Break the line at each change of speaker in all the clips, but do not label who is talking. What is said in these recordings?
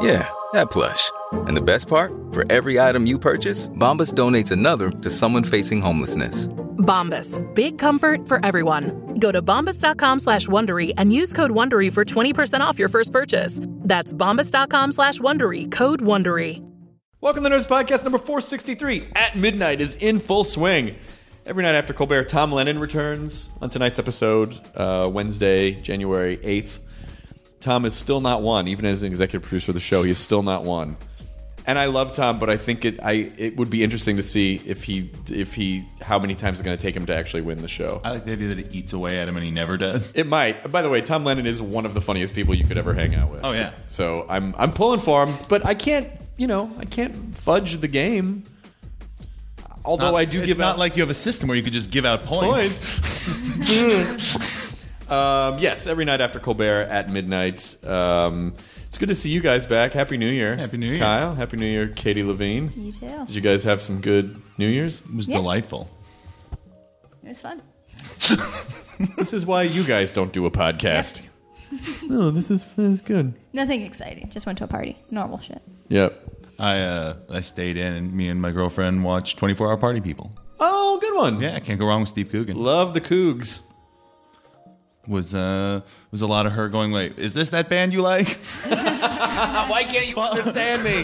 Yeah, that plush. And the best part? For every item you purchase, Bombas donates another to someone facing homelessness.
Bombas. Big comfort for everyone. Go to bombas.com slash Wondery and use code Wondery for 20% off your first purchase. That's bombas.com slash Wondery. Code Wondery.
Welcome to Nerds Podcast number 463. At Midnight is in full swing. Every night after Colbert, Tom Lennon returns on tonight's episode, uh, Wednesday, January 8th. Tom is still not one, even as an executive producer of the show, he is still not one. And I love Tom, but I think it I it would be interesting to see if he if he how many times it's going to take him to actually win the show.
I like the idea that it eats away at him and he never does.
It might. By the way, Tom Lennon is one of the funniest people you could ever hang out with.
Oh, yeah.
So I'm I'm pulling for him, but I can't you know I can't fudge the game. Although I do
it's
give
not
out
like you have a system where you could just give out points.
points. um, yes, every night after Colbert at midnight. Um, it's good to see you guys back. Happy New Year.
Happy New Year.
Kyle. Happy New Year, Katie Levine.
You too.
Did you guys have some good New Year's?
It was delightful.
It was fun.
This is why you guys don't do a podcast. no, this is, this is good.
Nothing exciting. Just went to a party. Normal shit.
Yep.
I uh, I stayed in and me and my girlfriend watched 24 Hour Party People.
Oh, good one.
Yeah, I can't go wrong with Steve Coogan.
Love the Cougs.
was uh was a lot of her going, wait, is this that band you like?
Why can't you understand me?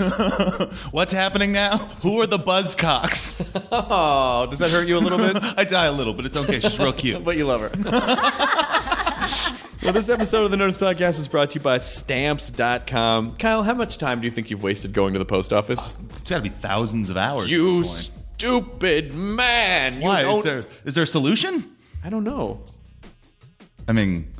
What's happening now? Who are the Buzzcocks?
oh, does that hurt you a little bit?
I die a little, but it's okay. She's real cute.
but you love her. well, this episode of the Nerds Podcast is brought to you by Stamps.com. Kyle, how much time do you think you've wasted going to the post office?
It's got to be thousands of hours. at
you
this point.
stupid man. You
Why
don't-
is there is there a solution?
I don't know.
I mean,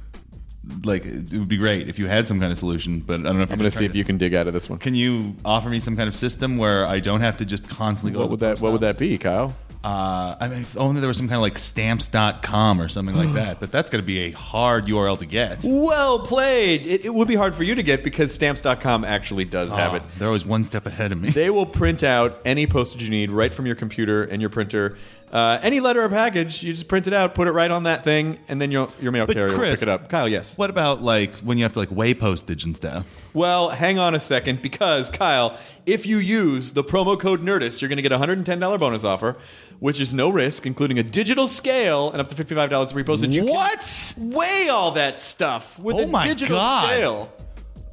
like it would be great if you had some kind of solution, but I don't know if
I'm going to see if you can dig out of this one.
Can you offer me some kind of system where I don't have to just constantly go?
What
to
would
the
that
post
What would that
office?
be, Kyle?
Uh, I mean, if only there was some kind of like stamps.com or something like that, but that's going to be a hard URL to get.
Well played. It, it would be hard for you to get because Stamps.com actually does have it.
Ah, They're always one step ahead of me.
They will print out any postage you need right from your computer and your printer. Uh, any letter or package, you just print it out, put it right on that thing, and then your your mail
But
carrier will
Chris-
pick it up. Kyle, yes.
what about like when you have to like weigh postage and stuff?
Well, hang on a second because Kyle, if you use the promo code Nerdist, you're going to get a $110 bonus offer, which is no risk, including a digital scale and up to $55 free postage. You can
What?
Weigh all that stuff with
Oh
a
my
digital
God.
scale.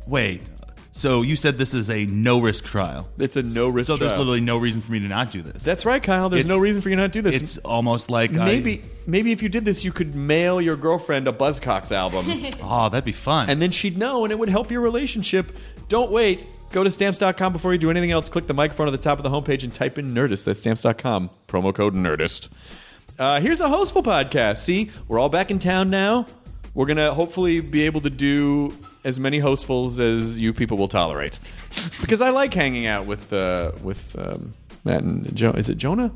Wait, so you said this is a no risk trial.
It's a no risk.
so there's
trial.
literally no reason for me to not do this.
That's right, Kyle. There's
It's-
no reason for you not to do this.
it's almost like I-
maybe maybe if you did this, you could mail your girlfriend a Buzzcocks album,
oh, that'd be fun.
and then she'd know, and it would help your relationship. Don't wait. Go to stamps.com before you do anything else. Click the microphone at the top of the homepage and type in Nerdist. That's stamps.com. Promo code Nerdist. Uh, here's a hostful podcast. See, we're all back in town now. We're gonna hopefully be able to do as many hostfuls as you people will tolerate, because I like hanging out with uh, with um, Matt and Joe. Is it Jonah?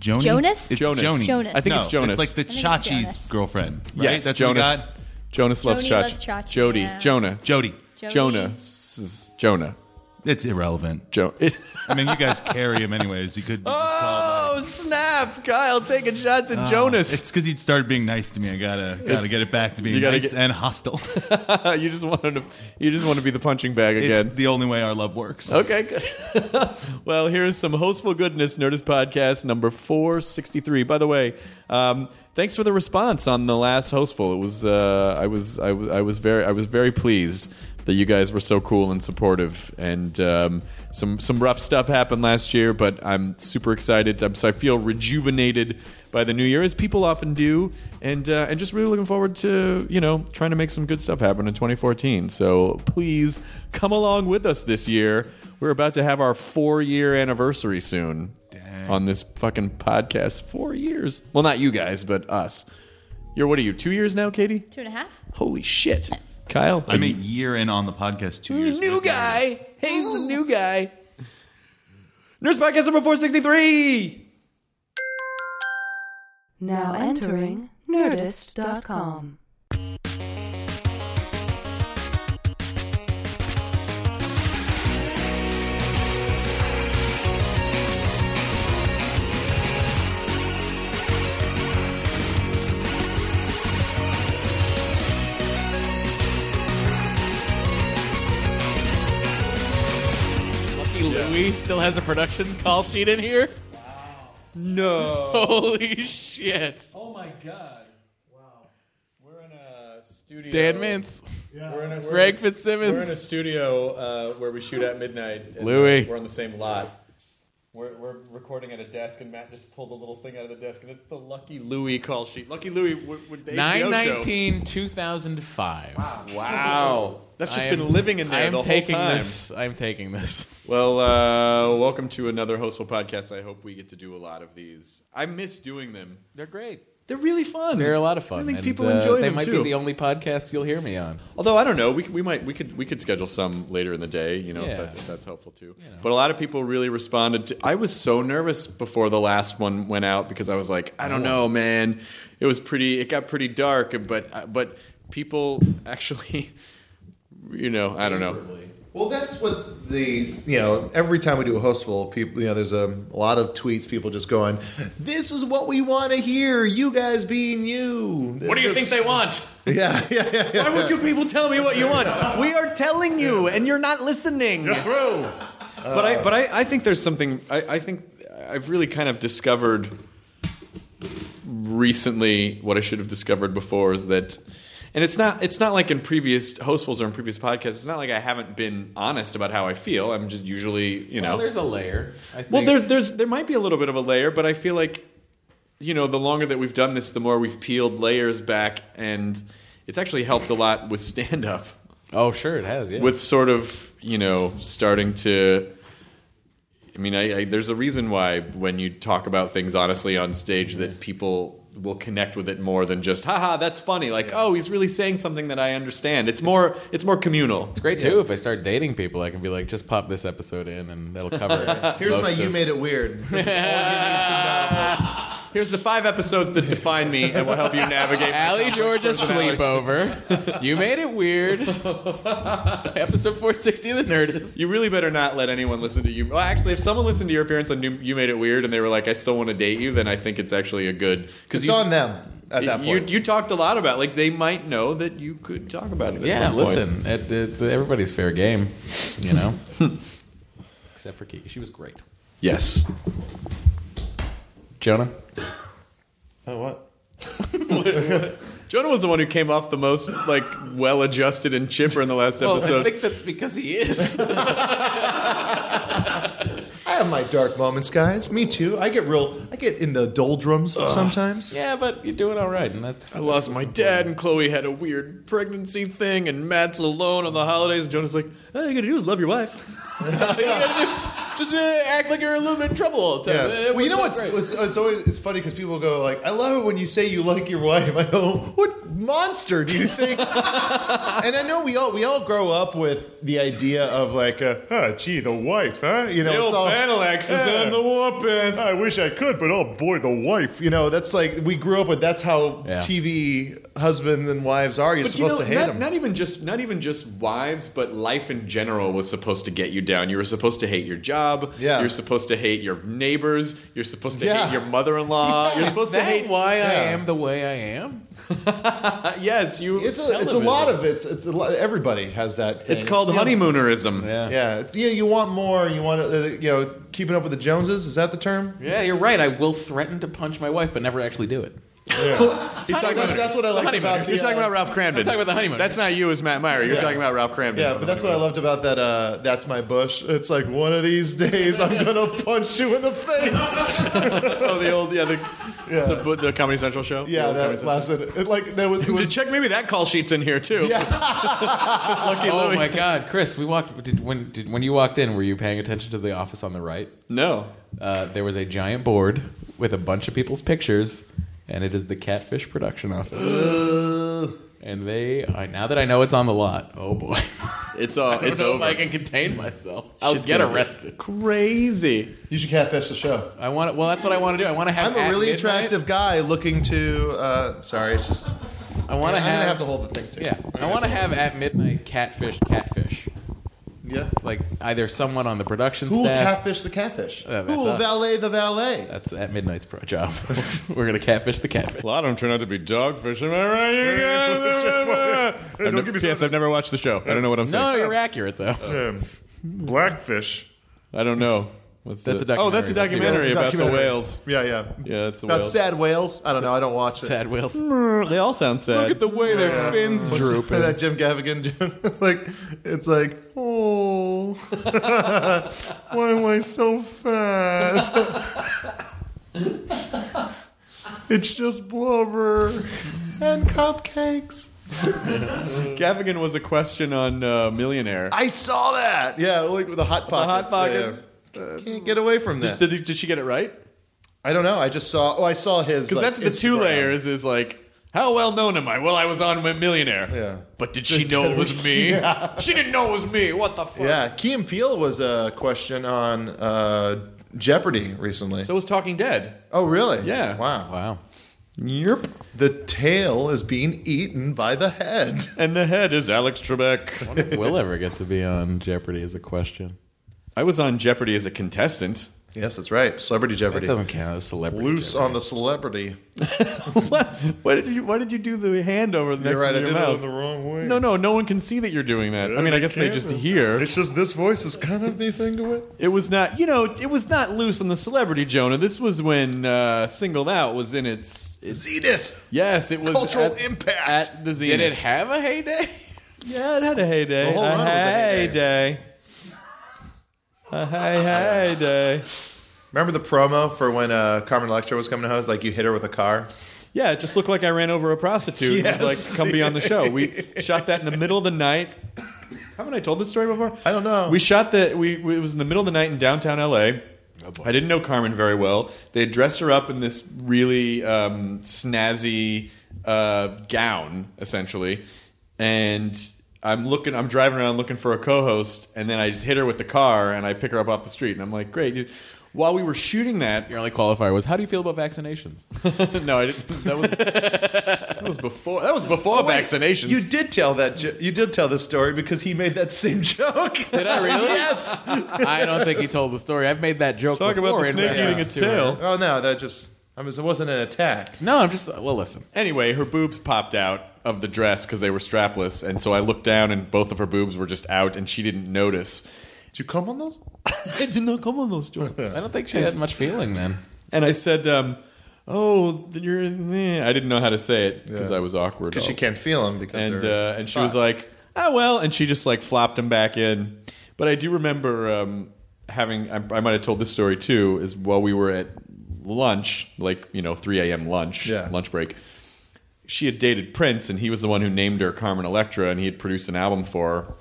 Joni?
Jonas?
It's
Jonas.
Joni.
Jonas. I
think
No,
it's Jonas.
It's like the
it's
Chachi's
Jonas.
girlfriend. Right?
Yes,
That's what we
Jonas.
got?
Jonas loves
Joni
Chachi.
loves Chachi,
Jody,
yeah.
Jonah,
Jody.
Jody.
Jonah, S- s- Jonah,
It's irrelevant.
Joe.
I mean, you guys carry him anyways. You could. just
Ah,
call him.
oh snap! Kyle taking shots at Jonas.
Ah, It's because he started being nice to me. I gotta gotta
It's-
get it back to being
you gotta
nice
get-
and hostile.
you just wanted to. You just want to be the punching bag again.
it's the only way our love works.
Okay, good. well, here is some hostful goodness, Nerdist Podcast number 463. By the way, um, thanks for the response on the last hostful. It was uh, I was I, was- I was very I was very pleased that you guys were so cool and supportive. And um, some some rough stuff happened last year, but I'm super excited. I'm, so I feel rejuvenated by the new year, as people often do, and uh, and just really looking forward to you know trying to make some good stuff happen in 2014. So please come along with us this year. We're about to have our four year anniversary soon on this fucking podcast. Four years. Well, not you guys, but us. You're what are you? Two years now, Katie?
Two and a half?
Holy shit, Kyle.
I'm a year in on the podcast, two years.
new guy. Hayes the new guy. Nurse podcast number four sixty three.
Now entering Nerdist.com.
Lucky Louie still has a production call sheet in here.
No.
Holy shit.
Oh my god. Wow. We're in a studio.
Dan Mintz,
We're in a,
Greg
We're in a
Fitzsimmons.
studio uh, where we shoot at midnight. and uh,
Louis.
We're on the same lot. We're, we're recording at a desk, and Matt just pulled a little thing out of the desk, and it's the Lucky Louie call sheet. Lucky Louie with with the HBO show.
919 2005.
Wow. That's just
I
been
am-
living in there
I am
the whole
taking
time.
this. I'm taking this.
Well, uh, welcome to another Hostful podcast. I hope we get to do a lot of these. I miss doing them.
They're great.
They're really fun.
They're a lot of fun.
I think
and,
people
uh,
enjoy
They
them
might
too.
be the only podcast you'll hear me on.
Although I don't know, we, we might we could we could schedule some later in the day. You know,
Yeah.
if, that's, if that's helpful too. But a lot of people really responded. to I was so nervous before the last one went out because I was like, I don't know, man. It was pretty. It got pretty dark, but but people actually, you know, I don't know.
Well, that's what these, you know, every time we do a hostful, people, you know, there's a, a lot of tweets, people just going, this is what we want to hear, you guys being you.
What do you think they want?
Yeah, yeah, yeah. yeah.
Why would you people tell me what you want? We are telling you, and you're not listening. You're through. Uh, but I, but I, I think there's something. I, I think I've really kind of discovered recently what I should have discovered before is that, and it's not. It's not like in previous hostfuls or in previous podcasts. It's not like I haven't been honest about how I feel. I'm just usually, you know.
Well, there's a layer. I think.
Well, there's there's there might be a little bit of a layer, but I feel like you know the longer that we've done this, the more we've peeled layers back, and it's actually helped a lot with stand up,
Oh, sure, it has. Yeah.
with sort of you know starting to. I mean, I, I, there's a reason why when you talk about things honestly on stage, that people will connect with it more than just haha that's funny like oh he's really saying something that i understand it's more it's more communal
it's great too. If I start dating people, I can be like, just pop this episode in, and that'll cover.
Here's
most
my
of-
you made it weird.
here's the five episodes that define me and will help you navigate
Allie Georgia sleepover. you made it weird. Episode 460 of The Nerdist.
You really better not let anyone listen to you. Well, actually, if someone listened to your appearance on New- You Made It Weird and they were like, "I still want to date you," then I think it's actually a good because
It's
you,
on them at that
you
point.
you talked a lot about like they might know that you could talk about it. at
Yeah,
some point.
listen, it, it's everybody's fair game, you know. Except for Kiki, she was great.
Yes,
Jonah,
oh, what?
Jonah was the one who came off the most like well-adjusted and chipper in the last
well, Oh, I
episode.
think that's because he is.
I have my dark moments, guys. Me too. I get real, I get in the doldrums sometimes.
yeah, but you're doing all right, and that's
I lost my dad, and Chloe had a weird pregnancy thing, and Matt's alone on the holidays. And Jonah's like, "All you gotta do is love your wife."
just uh, act like you're a little bit in trouble all the time.
Yeah. Well, you know what's it's, it's always it's funny because people go like, "I love it when you say you like your wife." I go, "What monster do you think?" and I know we all we all grow up with the idea of like, uh, "Huh, gee, the wife, huh?" You know,
Bill
it's all,
Panalax is on the warpath.
I wish I could, but oh boy, the wife. You know, that's like we grew up with. That's how
Yeah.
TV husbands and wives are. You're
But you
supposed
know,
to hate
not,
them.
not even just not even just wives, but life in general was supposed to get you down. You were supposed to hate your job.
Yeah.
You're supposed to hate your neighbors. You're supposed to
Yeah.
hate your mother-in-law. You're
Is
supposed to
that
hate.
why I
Yeah.
am the way I am?
yes, you.
it's a, it's a lot of it's it's a lot, everybody has that.
It's
thing.
called
Yeah.
honeymoonerism.
Yeah, it's, yeah. You want more. You want uh, you know keeping up with the Joneses. Is that the term?
Yeah, you're right. I will threaten to punch my wife, but never actually do it.
He's talking about, that's what I like about. the,
You're talking
uh,
about Ralph Cramden.
I'm talking about the honeymoon.
That's not you as Matt Meyer. You're
Yeah.
talking about Ralph Cramden.
Yeah, but that's what I loved about that. Uh, that's my bush. It's like one of these days I'm gonna punch you in the face.
oh, the old yeah the
Yeah.
the, bu- the Comedy Central show. The
Yeah,
old Comedy
that
Central.
lasted. It, like there was, it
To
was
check, maybe that call sheet's in here too.
Yeah.
Lucky
Oh
Louie.
my God, Chris! We walked. Did, when did, when you walked in, were you paying attention to the office on the right?
No.
Uh, there was a giant board with a bunch of people's pictures, and it is the Catfish production office. and they I, now that I know it's on the lot. Oh boy,
It's uh,
I don't
it's
know
over.
if I can contain myself. I'll
Shit's
get
gonna be
arrested.
Crazy.
you should catfish the show.
I want. Well, that's what I want to do. I want to have.
I'm a
at
really
midnight-
attractive guy looking to. Uh, sorry, it's just.
I want to
I'm
have.
gonna have to hold the thing too.
Yeah, I want to have at midnight catfish, catfish.
Yeah.
Like either someone on the production
Who will
staff.
catfish the catfish?
Uh, that's
Who will
us.
valet the valet?
that's at midnight's pro job. We're gonna catfish the catfish.
A lot of them turn out to be dogfish. Am I right, you guys? I've
Don't
ne-
give me
P.S. I've never watched the show. I don't know what I'm saying.
No, you're accurate though.
Oh,
Blackfish.
I don't know. What's
That's
the-
a
Oh, that's a
documentary.
documentary
That's a
about
documentary.
the whales.
Yeah, yeah.
Yeah, that's the
About
whales.
sad whales. I don't know. I don't watch it.
Sad whales.
They all sound sad.
Look at the way their fins
What's-
droop.
That Jim Gaffigan doing like it's like oh, why am I so fat? it's just blubber and cupcakes.
Gaffigan was a question on uh, Millionaire.
I saw that. Yeah, like with the hot pockets.
Hot Pockets.
Yeah. Uh, Can't get away from that.
Did, did, did she get it right?
I don't know. I just saw. Oh, I saw his.
Because
like,
that's the two
Instagram.
layers is like, how well known am I? Well, I was on Millionaire.
Yeah.
But did she know it was me? She didn't know it was me. What the fuck?
Yeah, Key and Peele was a question on uh, Jeopardy recently.
So was Talking Dead.
oh, really?
Yeah.
Wow.
Wow.
Yep.
The tail is being eaten by the head.
And the head is Alex Trebek.
wonder if we'll ever get to be on Jeopardy as a question.
I was on Jeopardy as a contestant.
Yes, that's right. Celebrity Jeopardy.
It doesn't count as celebrity.
Loose
Jeopardy.
on the celebrity.
what? Why did you? Why did you do the hand over the next to your mouth?
wrong way.
no, no, no one can see that you're doing that. I mean, I guess they just hear.
It's just this voice is kind of the thing to it.
It was not, you know, it was not loose on the celebrity Jonah. This was when uh, Singled Out was in its, its
Edith.
yes, it was
Cultural
at-
impact.
at the zenith.
Did it have a heyday?
Yeah, it had a heyday.
The whole
a
run was a heyday.
heyday. A hey heyday.
Remember the promo for when uh, Carmen Electra was coming to host? Like you hit her with a car.
Yeah, it just looked like I ran over a prostitute. and was
Yes.
like, "Come be on the show." We shot that in the middle of the night. Haven't I told this story before?
I don't know.
We shot that. We, we it was in the middle of the night in downtown LA. I didn't know Carmen very well. They had dressed her up in this really um, snazzy uh, gown, essentially, and I'm looking. I'm driving around looking for a co-host, and then I just hit her with the car, and I pick her up off the street, and I'm like, "Great!" dude." While we were shooting that,
Your only qualifier was how do you feel about vaccinations?
no, I didn't. That was that was before. That was before vaccinations.
You did tell that. Jo- you did tell this story because he made that same joke.
Did I really?
yes.
I don't think he told the story. I've made that joke
talk about
before
the
in
snake eating
reference
its
to
tail.
her.
Oh no, that just. I mean, it wasn't an attack.
No, I'm just uh, well. Listen,
Anyway, her boobs popped out of the dress because they were strapless, and so I looked down, and both of her boobs were just out, and she didn't notice.
Did you come on those?
I did not come on those joints.
I don't think she had much feeling then.
and I said, um, "Oh, then you're." in there." I didn't know how to say it because
Yeah.
I was awkward.
Because she
Oh.
can't feel him. Because
and
they're
uh, and she was
fat.
like, "Oh well," and she just like flopped him back in. But I do remember um, having I, I might have told this story too is while we were at lunch, like you know, three a.m. lunch,
Yeah.
lunch break. She had dated Prince, and he was the one who named her Carmen Electra, and he had produced an album for her.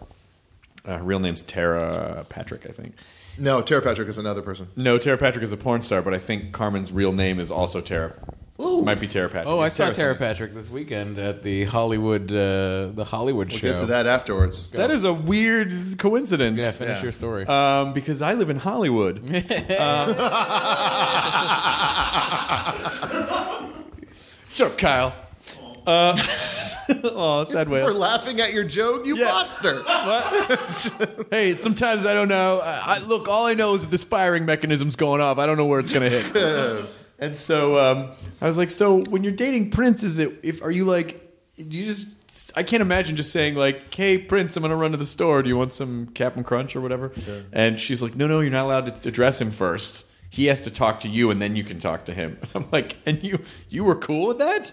Uh, her real name's Tara Patrick, I think.
No, Tara Patrick is another person.
No, Tara Patrick is a porn star, but I think Carmen's real name is also Tara. Might be Tara Patrick.
Oh, I
It's
saw Tara
something.
Patrick this weekend at the Hollywood uh, the Hollywood
We'll
show.
get to that afterwards.
That is a weird coincidence.
Yeah, finish
Yeah.
your story.
um, because I live in Hollywood. Shut up, Kyle. Uh, oh, sad
We're
whale.
laughing at your joke, you
Yeah.
monster.
Hey, sometimes I don't know. I, I, look, all I know is that this firing mechanism's going off. I don't know where it's going to hit. and so um, I was like, so when you're dating Prince, is it? If are you like, do you just? I can't imagine just saying like, "Hey, Prince, I'm going to run to the store. Do you want some Captain Crunch or whatever?" And she's like, "No, no, you're not allowed to address him first. he has to talk to you and then you can talk to him. I'm like, and you you were cool with that?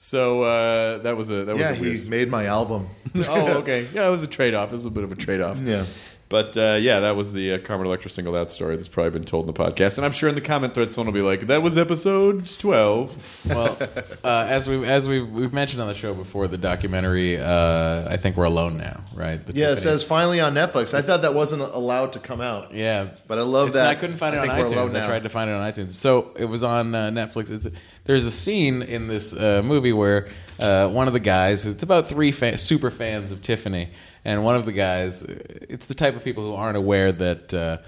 So uh, that was a that
yeah,
was a weird.
he made my album.
oh, okay. Yeah, it was a trade off. It was a bit of a trade off.
Yeah.
But uh, yeah, that was the uh, Carmen Electra single out story that's probably been told in the podcast, and I'm sure in the comment thread someone will be like, "That was episode 12.
Well, uh, as we as we we've mentioned on the show before, the documentary. Uh, I think we're alone now, right? The
Yeah, it
Tiffany-
says finally on Netflix. I thought that wasn't allowed to come out.
Yeah,
But I love
It's-
that.
I couldn't find it
I
on
think we're alone
iTunes. I
now.
tried to find it on iTunes. So it was on uh, Netflix. It's, there's a scene in this uh, movie where uh, one of the guys, it's about three fa- super fans of Tiffany, and one of the guys, it's the type of people who aren't aware that. Uh,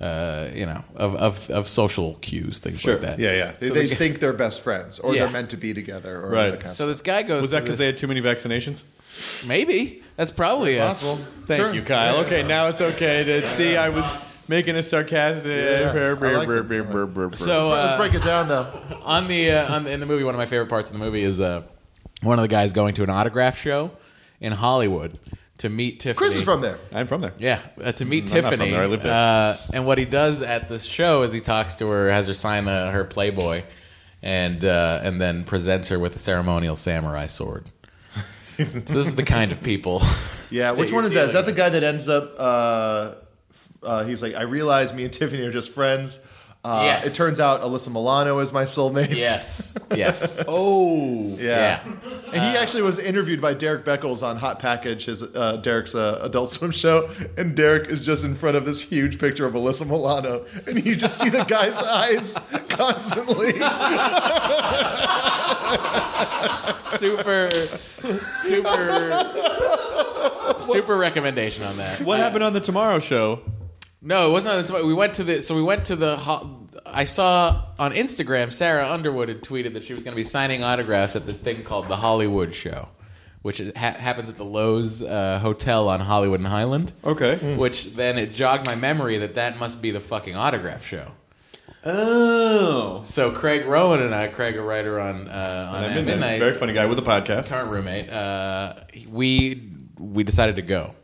uh, you know, of, of of social cues, things like that.
Yeah, yeah. They,
So the
they
guy-
think they're best friends, or
Yeah.
they're meant to be together, or
Right.
that kind of
so this guy goes.
Was
to
that
this-
because they had too many vaccinations?
Maybe that's probably it.
possible.
Thank
Sure.
you, Kyle.
Yeah.
Okay, now it's okay to see. I was making a sarcastic.
Yeah, I like it.
So uh,
Let's break it down though.
on the uh, on the, in the movie, one of my favorite parts of the movie is uh, one of the guys going to an autograph show in Hollywood to meet Tiffany.
Chris is from there.
I'm from there.
Yeah, uh, to meet
I'm not from
Tiffany.
there. I live there.
Uh, and what he does at this show is he talks to her, has her sign uh, her Playboy, and uh, and then presents her with a ceremonial samurai sword. so this is the kind of people.
Yeah, which one is that? Is that the guy that ends up? Uh, uh, he's like, I realize me and Tiffany are just friends. Uh,
Yes.
It turns out Alyssa Milano is my soulmate.
yes, yes,
Oh,
Yeah.
yeah. Uh,
And he actually was interviewed by Derek Beckles on Hot Package, his uh, Derek's uh, Adult Swim show, and Derek is just in front of this huge picture of Alyssa Milano, and you just see the guy's eyes constantly.
super, super, super recommendation on that.
what happened on the Tomorrow Show?
No, it wasn't. On the, we went to the. So we went to the. ho- I saw on Instagram Sarah Underwood had tweeted that she was going to be signing autographs at this thing called the Hollywood Show, which is- ha- happens at the Lowe's uh, Hotel on Hollywood and Highland.
Okay.
Which then it jogged my memory that that must be the fucking autograph show.
Oh,
So Craig Rowan and I, Craig, a writer on uh, on At
Midnight.
Midnight,
Very funny guy with a podcast.
current roommate, uh, we we decided to go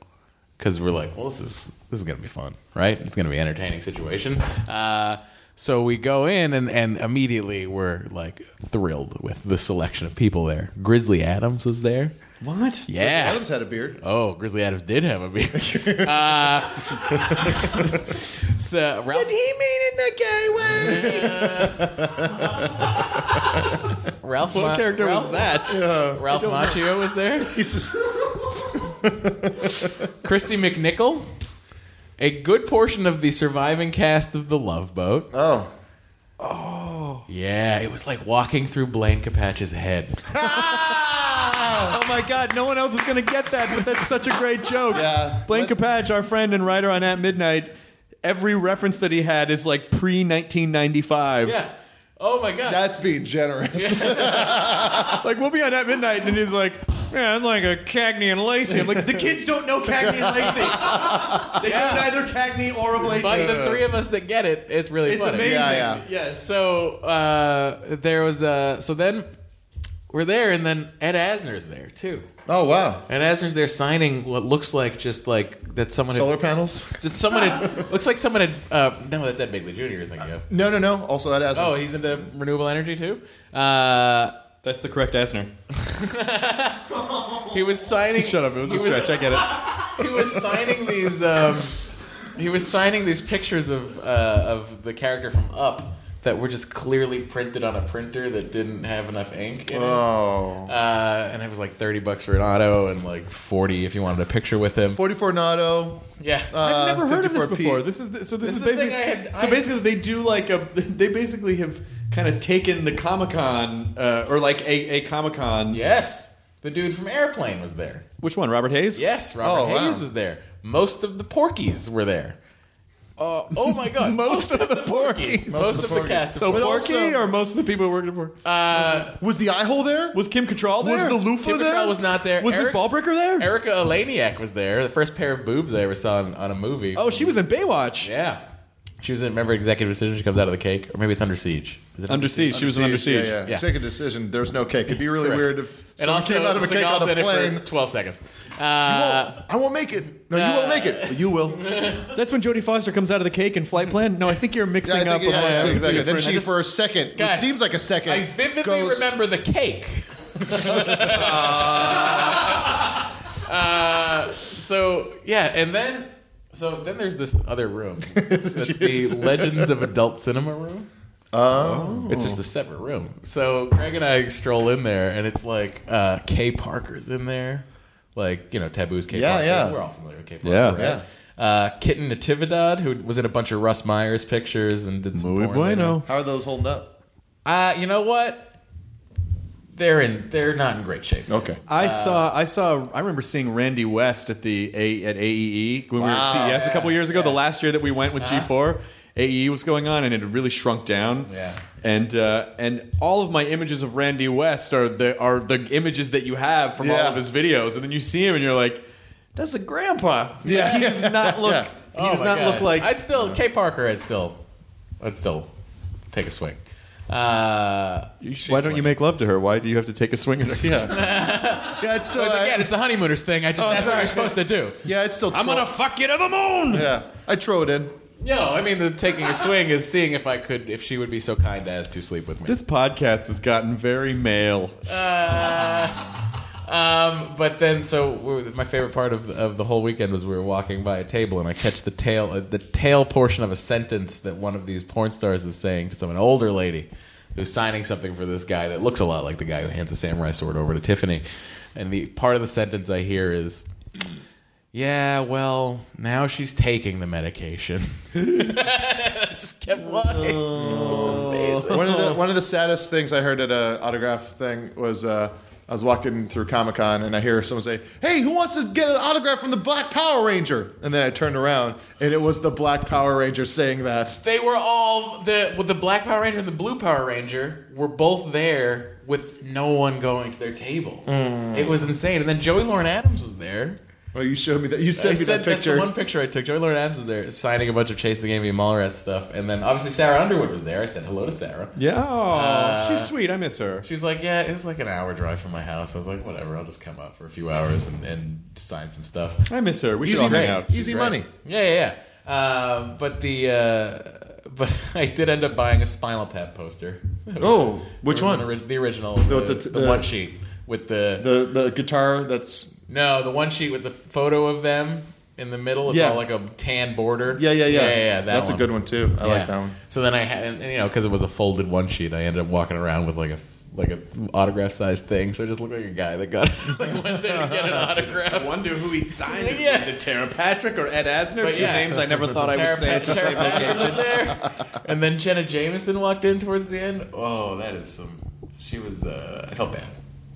because we're like, well, this is this is gonna be fun, right? It's gonna be an entertaining situation. Uh, so we go in and, and immediately we're like thrilled with the selection of people there. Grizzly Adams was there.
What?
Yeah.
Adams had a beard.
Oh, Grizzly Adams did have a beard. uh, so Ralph, did he mean in the gay way? Ralph,
What
Ma-
character
Ralph,
was that?
Uh, Ralph Macchio was there.
He's just,
Christy McNichol, a good portion of the surviving cast of The Love Boat.
oh,
Yeah, it was like walking through Blaine Capatch's head.
Oh my God! No one else is gonna get that, but that's such a great joke.
Yeah.
Blaine Capatch, our friend and writer on At Midnight, every reference that he had is like pre 1995.
Yeah. Oh my god.
that's being generous.
Like we'll be on At Midnight, and he's like, "Yeah, it's like a Cagney and Lacey." I'm like, the kids don't know Cagney and Lacey. They
Yeah.
know neither Cagney or of Lacey.
but the three of us that get it, it's really
it's
funny.
amazing.
Yeah, yeah.
Yes.
So uh, there was a so then we're there, and then Ed Asner's there too.
Oh wow,
Ed Asner's there signing what looks like just like that someone
solar
had,
panels.
that someone had, looks like someone had uh, no that's Ed Bigley Jr. you're thinking of.
No, no, no. Also, that has.
Oh, he's into renewable energy too. Uh,
That's the correct Asner.
he was signing.
Shut up! It was a
he
stretch. I get it.
he was signing these. Um, he was signing these pictures of uh, of the character from Up that were just clearly printed on a printer that didn't have enough ink. In it.
Oh.
Uh, and it was like thirty bucks for an auto, and like forty if you wanted a picture with him.
Forty-four Nado.
Yeah.
Uh,
I've never heard of this
54p.
before. This is the, so. This,
This is
is
the thing
basically
I had-
so.
I-
basically, they do like a. They basically have kind of taken the Comic Con uh, or like a, a Comic Con.
yes, the dude from Airplane was there.
Which one, Robert Hayes?
Yes, Robert
Oh, wow.
Hayes was there. Most of the Porkies were there. Oh, my God!
Most of the
Porkies.
Porkies.
Most, of the, cast.
So
of Porky's.
Porky or most of the people who worked for.
Was the eye hole there?
was Kim Cattrall there?
Was the loofah
Kim
there?
Cattrall was not there.
Was Miss
Eric-
Ballbricker there?
Erica Elaniak was there. The first pair of boobs I ever saw on, on a movie.
Oh, she was in Baywatch.
yeah. She was in, remember Executive Decision? She comes out of the cake, or maybe it's Under Siege. Is it
Under Siege. She was in Under Siege.
Yeah, yeah.
Yeah.
Take a decision. There's no cake. It'd be really
Correct.
weird if
And
someone
also,
came out of a cake
Seagal's
on a
in it for
plane.
Twelve seconds. Uh,
I won't make it. No, you won't make it. But you will. Yeah,
That's when Jodie Foster comes out of the cake in Flight Plan. No, I think you're
I
mixing
think,
up.
yeah,
a bunch
yeah,
of
exactly. Then
different-
she, for a second,
guys,
it seems like a second.
I vividly
goes,
remember the cake. uh, so yeah, and then so then there's this other room. That's the Legends of Adult Cinema room. Oh, it's just a separate room. So Craig and I stroll in there, and it's like uh, Kay Parker's in there, like you know Taboo's Kay
Yeah,
Parker.
yeah.
We're all familiar with Kay Parker.
Yeah.
right? Uh, Kitten Natividad, who was in a bunch of Russ Myers pictures and did some
Muy
porn later.
bueno.
How are those holding up?
Uh, you know what? They're in. They're not in great shape.
Okay.
I saw. I saw. I remember seeing Randy West at the A, at AEE when we were at CES a couple years ago. The last year that we went with G4, AEE E was going on, and it had really shrunk down.
Yeah.
And uh, and all of my images of Randy West are the are the images that you have from all
Yeah.
of his videos, and then you see him, and you're like, "That's a grandpa." Yeah. he does not look.
Yeah.
He does
Oh my
not
God.
look like.
I'd still K Parker. I'd still. I'd still take a swing. Uh,
why don't you make love to her? Why do you have to take a swing at her? Yeah.
Yeah, it's,
But
uh,
again, it's the honeymooners thing. I
Oh,
just that's what
sorry.
you're supposed to do.
yeah, it's still.
I'm gonna fuck you to the moon.
Yeah, I throw it in.
No, I mean the taking a swing is seeing if I could, if she would be so kind as to sleep with me.
This podcast has gotten very male.
Uh, Um, but then, so we- my favorite part of the, of the whole weekend was we were walking by a table, and I catch the tail uh, the tail portion of a sentence that one of these porn stars is saying to some an older lady who's signing something for this guy that looks a lot like the guy who hands a samurai sword over to Tiffany. And the part of the sentence I hear is, "Yeah, well, now she's taking the medication." I just kept walking.
one of the one of the saddest things I heard at a autograph thing was uh, I was walking through Comic Con and I hear someone say, "Hey, who wants to get an autograph from the Black Power Ranger?" And then I turned around and it was the Black Power Ranger saying that.
They were all the well, the black Power Ranger and the blue Power Ranger were both there with no one going to their table. It was insane. And then Joey Lauren Adams was there.
Well, you showed me that. You sent
I
me
said
that
that's the
picture.
one picture I took. Joey Lauren Adams was there signing a bunch of Chase the Game and Mallrats stuff. And then obviously Sarah Underwood was there. I said hello to Sarah.
Yeah,
Uh,
she's sweet. I miss her.
She's like, yeah, it's like an hour drive from my house. I was like, whatever, I'll just come up for a few hours and, and sign some stuff.
I miss her. We
Easy
should all hang
money.
out.
Easy money.
Yeah, yeah, yeah. Um, but the uh, but I did end up buying a Spinal Tap poster. That was-
Oh, which
there was
one?
an ori- the original,
The-
the,
the-
the
the-
one sheet with the,
The the guitar that's
no, the one sheet with the photo of them in the middle. It's
Yeah.
all like a tan border.
yeah yeah yeah
yeah. yeah that
that's
one.
a good one too. I
Yeah.
like that one.
So then I had, and, you know, because it was a folded one sheet, I ended up walking around with like a like a autograph sized thing. So I just looked like a guy that got like went there to get an autograph.
wonder who he signed.
it. Yeah. Was it
Tara Patrick or Ed Asner?
But Two yeah. names I
never thought
Tara Pat- Tara Patterson was there, and then Jenna Jameson walked in towards the end. Oh, that is some. She was. Uh, I felt bad.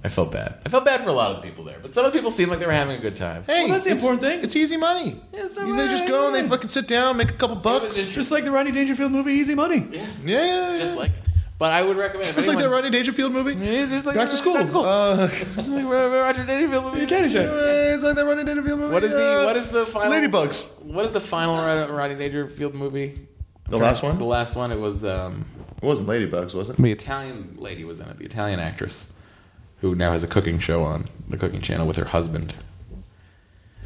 I felt bad. I felt bad for a lot of the people there, but some of the people seemed like they were having a good time.
Hey,
that's the
it's-
important thing.
It's easy money.
It's
they
all
just
right.
go and they fucking sit down, make a couple bucks.
interesting.
Just like the Ronnie Dangerfield movie Easy Money.
Yeah, yeah, yeah.
Just like, but I would recommend. if
Just like that
anyone-
Ronnie Dangerfield movie.
Yeah, just like
Back to school. Uh,
Just like Roger Dangerfield movie.
Yeah, it's like that Ronnie Dangerfield movie.
What is the
uh,
What is the final
Ladybugs.
What is the final Ron- Ronnie Dangerfield movie?
The last one?
The
It
last one. It was um,
wasn't Ladybugs, was it?
the Italian lady was in it. The Italian actress who now has a cooking show on the cooking channel with her husband.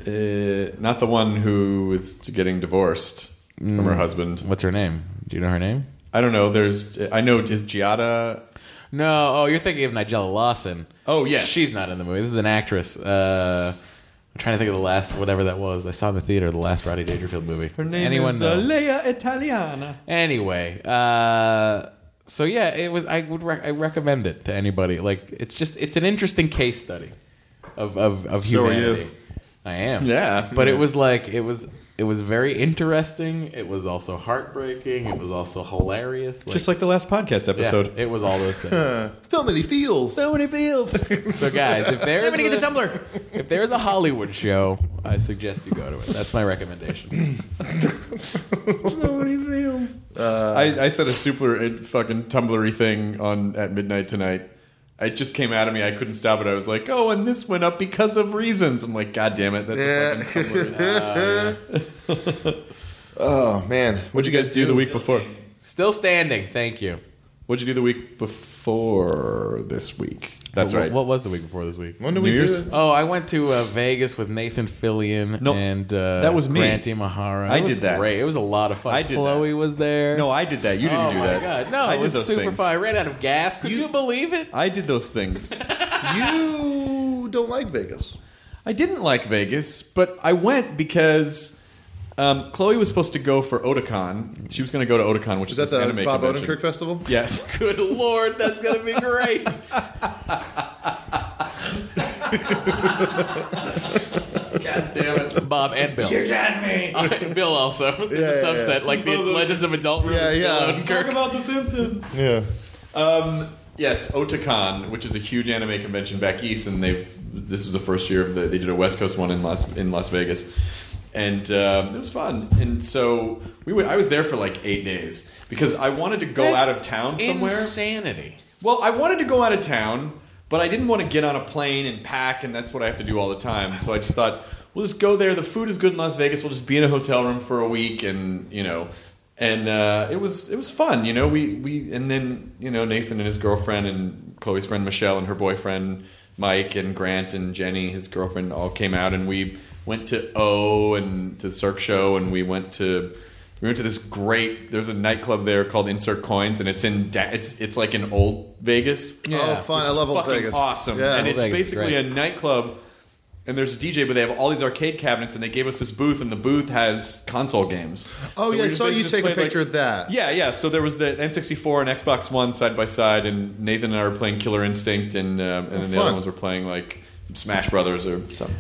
Uh, not the one who is getting divorced from
Mm.
her husband.
What's her name? Do you know her name?
I don't know. There's. I know. Is Giada?
No. Oh, you're thinking of Nigella Lawson.
Oh, yes.
she's not in the movie. This is an actress. Uh, I'm trying to think of the last whatever that was. I saw in the theater the last Roddy Dangerfield movie. Her Anyone know?
uh,
uh,
Leia Italiana.
anyway, uh, so yeah, it was. I would rec- I recommend it to anybody. Like, it's just it's an interesting case study of of, of
So are you.
humanity. I am.
Yeah.
but it was like it was. It was very interesting. It was also heartbreaking. It was also hilarious.
Just like the last podcast
yeah,
episode.
it was all those things.
So many feels.
So many feels.
So guys, if there's
Everybody get
a,
the tumbler.
If there's a Hollywood show, I suggest you go to it. That's my recommendation.
so many feels.
Uh,
I, I said a super uh, fucking tumblery thing on at midnight tonight. It just came out of me. I couldn't stop it. I was like, "Oh, and this went up because of reasons." I'm like, "God damn it, that's a fucking tumblery."
Oh man,
What'd you guys do the week before?
Still standing. Thank you.
What'd you do the week before this week? That's
What-
right.
What was the week before this week?
When do we
New
do
Year's?
it?
Oh, I went to uh, Vegas with Nathan Fillion
No,
and uh,
that was me.
Granty Mahara.
I
It
did
was
that.
Great. It was a lot of fun.
I did
Chloe
that.
was there.
No, I did that. You didn't
oh
do
my
that.
God. No,
I
it
did
was
those
super
things.
fun. I ran out of gas. Could you, believe it?
I did those things.
You don't like Vegas.
I didn't like Vegas, but I went because um, Chloe was supposed to go for Otakon. She was going to go to Otakon, which
Is
is,
that
this
the
anime
Bob
convention.
Odenkirk Festival?
Yes.
Good lord, that's gonna be great.
God damn it.
Bob and Bill. You got me. Bill also. There's a
Yeah, yeah,
subset like the
Both of them.
Legends of Adult Room.
Yeah,
is Bill
yeah.
Odenkirk.
about The Simpsons.
Yeah.
Um, yes, Otakon, which is a huge anime convention back east, and they've this was the first year of the, they did a West Coast one in Las in Las Vegas, and um, it was fun. And so we went, I was there for like eight days because I wanted to go out of town somewhere.
Insanity.
Well, I wanted to go out of town, but I didn't want to get on a plane and pack, and that's what I have to do all the time. So I just thought, we'll just go there. The food is good in Las Vegas. We'll just be in a hotel room for a week, and you know, and uh, it was it was fun. You know, we we and then you know Nathan and his girlfriend and Chloe's friend Michelle and her boyfriend Mike and Grant and Jenny, his girlfriend, all came out, and we went to O and to the Cirque show, and we went to we went to this great. There's a nightclub there called Insert Coins, and it's in da- it's it's like in old Vegas.
Yeah. Oh, fun.
Which
I
is
love old
fucking
Vegas.
Awesome,
Yeah.
and
Old
it's
Vegas is
basically
great.
a nightclub. And there's a DJ, but they have all these arcade cabinets, and they gave us this booth, and the booth has console games.
Oh,
we
yeah, I
just
saw you
basically
take a
played, like-
picture of that.
Yeah, yeah. So there was the N64 and Xbox One side by side, and Nathan and I were playing Killer Instinct, and um, and then the
Oh, fun.
other ones were playing like Smash Brothers or something.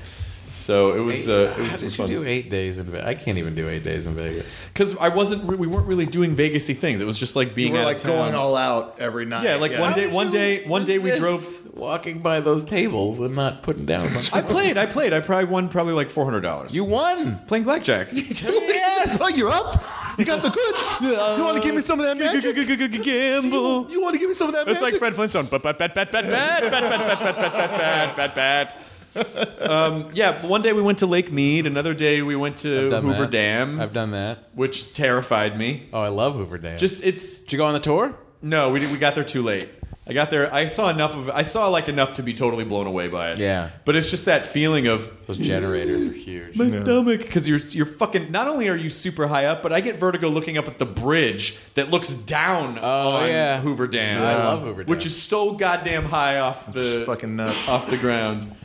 So it was uh, it was
How
super
did you
fun.
do eight days in Vegas? I can't even do eight days in Vegas.
because I wasn't. re- We weren't really doing Vegasy things. It was just like being
You were
out
like
of town.
going all out every night.
Yeah, like one
How
day-
would you
one day we
resist
drove-
walking by those tables and not putting down. a bunch-
I played. I played. I probably won probably like four hundred dollars.
you won.
playing blackjack?
Yes. oh, you're up. You got the goods. you want to give me some of that magic?
Gamble.
You want to give me some of that
It's
magic?
like Fred Flintstone. Bat bat bat bat bat bat bat bat bat bat bat bat bat bat. Um, yeah, but one day we went to Lake Mead. Another day we went to
Done
Hoover
that.
Dam,
I've done that.
which terrified me.
Oh, I love Hoover Dam.
Just it's
did you go on the tour?
no, we we got there too late. I got there. I saw enough of. I saw like enough to be totally blown away by it.
Yeah.
but it's just that feeling of
Those generators are huge.
my stomach because you're you're fucking. Not only are you super high up, but I get vertigo looking up at the bridge that looks down on
Oh, yeah.
Hoover Dam.
I love Hoover Dam.
which is so goddamn high off the
It's fucking nuts.
off the ground,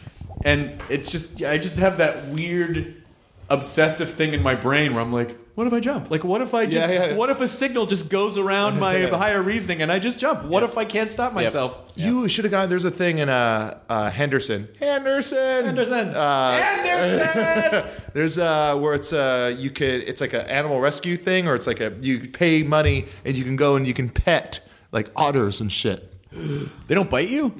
and it's just I just have that weird obsessive thing in my brain where I'm like. What if I jump? Like, what if I just?
Yeah, yeah.
What if a signal just goes around my
Yeah.
higher reasoning and I just jump? What if I can't stop myself?
You should have gone. There's a thing in uh, uh, Henderson. Henderson.
Henderson.
Uh, There's uh, where it's uh, you could. It's like an animal rescue thing, or it's like a you pay money and you can go and you can pet like otters and shit.
They don't bite you.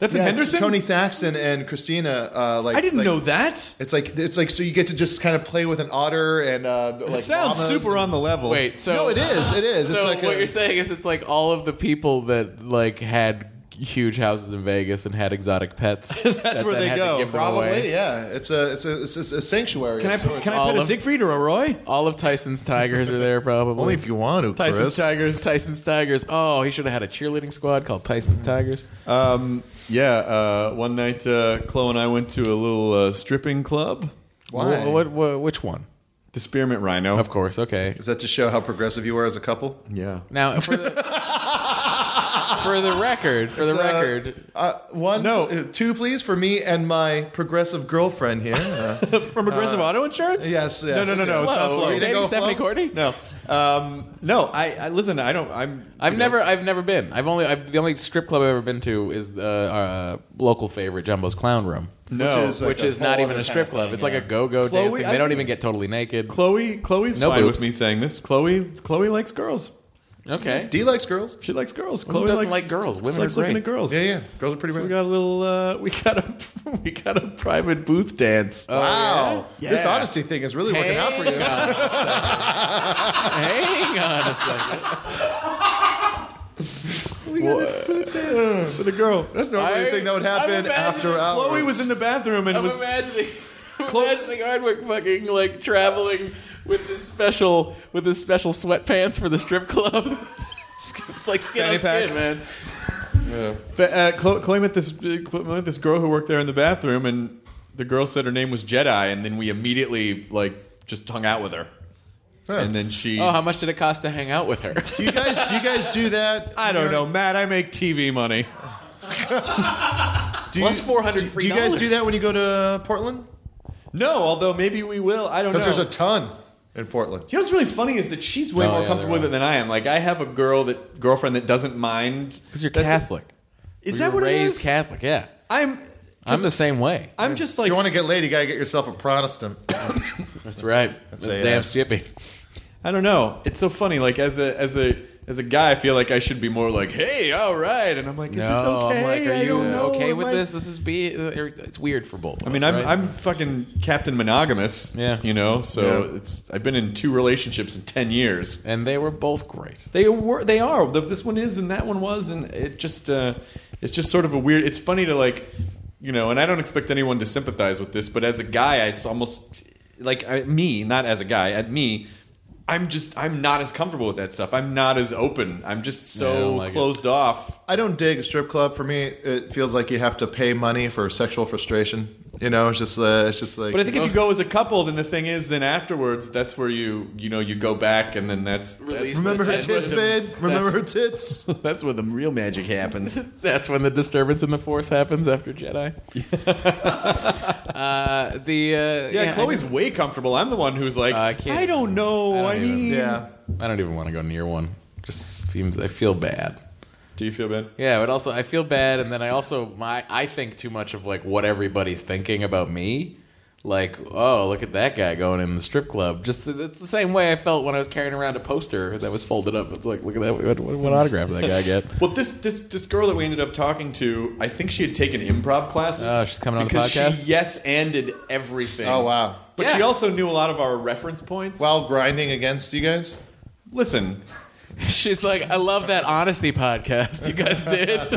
That's in Henderson.
Tony Thaxton and Christina. Uh, like
I didn't
like-
know that.
It's like it's like so you get to just kind of play with an otter and uh, like
It sounds
llamas
super
and-
on the level.
Wait, so
No, it is. It is.
So
It's like
what
a-
you're saying is it's like all of the people that like had huge houses in Vegas and had exotic pets. That's
where they go.
Probably, yeah. It's a it's a it's, a sanctuary.
Can I can I pet a
Olive.
Siegfried or a Roy?
All of Tyson's tigers are there probably.
Only if you want to, Chris.
Tyson's Tigers.
Tyson's Tigers. Oh, he should have had a cheerleading squad called Tyson's Tigers.
Um, yeah. Uh, one night, uh, Chloe and I went to a little uh, stripping club.
Why?
Wh- What, what, which one?
The Spearmint Rhino.
Of course. Okay.
Is that to show how progressive you are as a couple?
Yeah.
Now for the, for the record, for the
It's, uh,
record,
Uh, one,
No.
uh, two, please, for me and my progressive girlfriend here. Uh,
From Progressive Auto Insurance.
yes, yes.
No, no, no, no. It's not
whoa,
Flo.
are you
Didn't go
dating Stephanie
Flo?
Courtney?
No. Um, no. I, I listen. I don't. I'm.
I've
you know,
never, I've never been. I've only, I've, the only strip club I've ever been to is uh, our uh, local favorite, Jumbo's Clown Room,
No.
like
which
a
is not
whole
even
other
a strip
kind of
club. It's like a go-go
Chloe,
dancing.
I
They don't
think-
even get totally naked.
Chloe. Chloe's
No
fine
boobs.
with me saying this. Chloe. Chloe likes girls.
Okay.
D likes girls.
She likes girls.
who
Chloe
doesn't
likes
like girls? Women
she likes
are
looking
great.
at girls.
Yeah, yeah. Girls are pretty
So we got a
weird.
little. Uh, we got a. We got a private booth dance.
Oh,
wow.
yeah?
This
Yeah.
honesty thing is really working out for
Hang
you.
on a second. Hang on a second.
we got a booth dance with a girl.
That's normally
I-
the thing that would
I'm
happen
imagining
after hours.
Chloe was in the bathroom and
I'm
was
imagining Imagining Hardwick fucking like traveling with this special with this special sweatpants for the strip club. it's like skin
Fanny
on
pack.
skin, man.
But, uh, Chloe, Chloe met this uh, Chloe met this girl who worked there in the bathroom, and the girl said her name was Jedi, and then we immediately like just hung out with her, and then she.
Oh, how much did it cost to hang out with her?
Do you guys do you guys do that?
I don't know, Matt. I make TV money.
Do
Plus
you-
400 free
Do you guys
dollars.
do that when you go to Portland?
No, although maybe we will. I don't know.
Because there's a ton in Portland.
You know what's really funny is that she's way
Oh,
more
yeah,
comfortable
there
with it than I am. Like I have a girl that girlfriend that doesn't mind That's- Is
Or
that
you're
what it
raised
is?
Catholic, yeah.
I'm.
I'm the same way.
I'm just like
You want to get laid? You gotta get yourself a Protestant.
That's right. That's,
a,
damn
uh,
skippy.
I don't know. It's so funny. Like as a as a as a guy, I feel like I should be more like, "Hey, all right," and I'm like, "Is this
No,
okay?
I'm like, are
I
you
don't know.
okay
Am
with
I-"
this? This is be. uh, It's weird for both. of
I mean,
us,
I'm
right?
I'm fucking Captain Monogamous.
Yeah.
you know. So
Yeah.
it's I've been in two relationships in ten years.
and they were both great.
They were. They are. The- This one is, and that one was, and it just. Uh, it's just sort of a weird. It's funny to like, you know, and I don't expect anyone to sympathize with this, but as a guy, I s- almost like I, me, not as a guy, at me. I'm just I'm not as comfortable with that stuff. I'm not as open. I'm just
Yeah, I
so
don't like it.
closed off.
I don't dig strip club. For me, it feels like you have to pay money for sexual frustration. You know, it's just uh, it's just like.
But I think if you go as a couple, then the thing is, then afterwards, that's where you you know you go back, and then that's
Release
that's,
remember her
that's where
tits,
the-
babe. Remember her
that's-
tits.
That's where the real magic happens.
That's when the disturbance in the force happens after Jedi. uh, the uh,
Yeah,
I-
Chloe's way comfortable. I'm the one who's like,
Uh,
I,
I can't-
don't know. I,
I don't even-
mean,
Yeah.
I don't even want to go near one. Just seems I feel bad.
do you feel bad?
Yeah, but also I feel bad, and then I also my I think too much of like what everybody's thinking about me. Like, oh, look at that guy going in the strip club. Just it's the same way I felt when I was carrying around a poster that was folded up. It's like, look at that. What, what, what autograph did that guy get?
Well, this this this girl that we ended up talking to, I think she had taken improv classes.
Oh, she's coming on the
because
podcast?
She yes anded everything.
Oh wow!
But she
Yeah.
also knew a lot of our reference points.
While grinding against you guys,
listen,
She's like, I love that honesty podcast you guys did.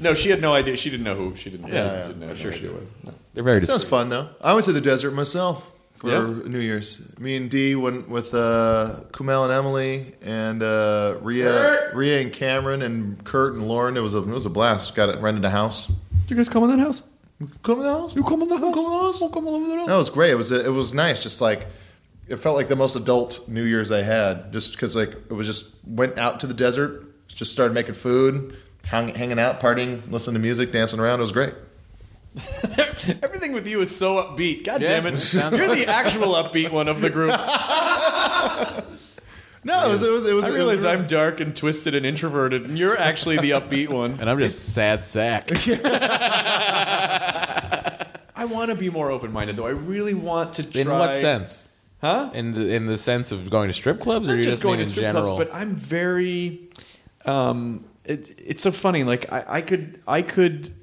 no, she had no idea. She didn't know who. She didn't. Yeah, she
yeah.
didn't know.
I'm sure she was.
No.
They're very
sounds fun though. I went to the desert myself for
Yeah?
New Year's. Me and Dee went with uh, Kumail and Emily and uh, Ria, Ria and Cameron and Kurt and Lauren. It was a it was a blast. Got it rented a house.
Did you guys come on that house?
Come to the house.
You come on the house? Come on the house? come on the house?
No, it was great. It was it was nice. Just like it felt like the most adult New Year's I had, just because like it was just went out to the desert, just started making food, hung, hanging out, partying, listening to music, dancing around. It was great.
Everything with you is so upbeat. God
Yeah,
damn
it
it!
sounds-
You're the actual upbeat one of the group.
No, it was it was
I
it was. it was
realize
really-
I'm dark and twisted and introverted, and you're actually the upbeat one.
And I'm just sad sack.
I want to be more open minded, though. I really want to try.
In what sense?
Huh?
In the, in the sense of going to strip clubs, or
Not
you
just,
just
going
mean
to
in
strip
general?
clubs, but I'm very. Um, it, it's so funny. Like I, I could, I could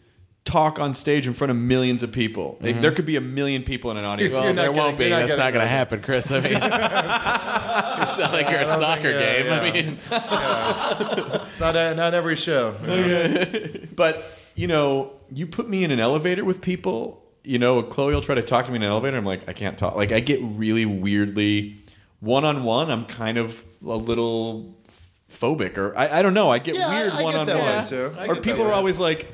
talk on stage in front of millions of people. Like, There could be a million people in an audience.
Mm-hmm. Well,
You're not
there won't be.
getting- you're
That's
not
not
getting
going to happen, Chris. I mean,
that.
it's not like you're a soccer
yeah,
game. I
yeah.
mean,
It's not a, not every show.
But you know, you put me in an elevator with people. You know, Chloe will try to talk to me in an elevator. I'm like, I can't talk. Like, I get really weirdly one on one. I'm kind of a little phobic, or I, I don't know. I get
Yeah, I-
weird
I get
one on
that way,
one.
too. I
Or
get
people are
that way.
always like,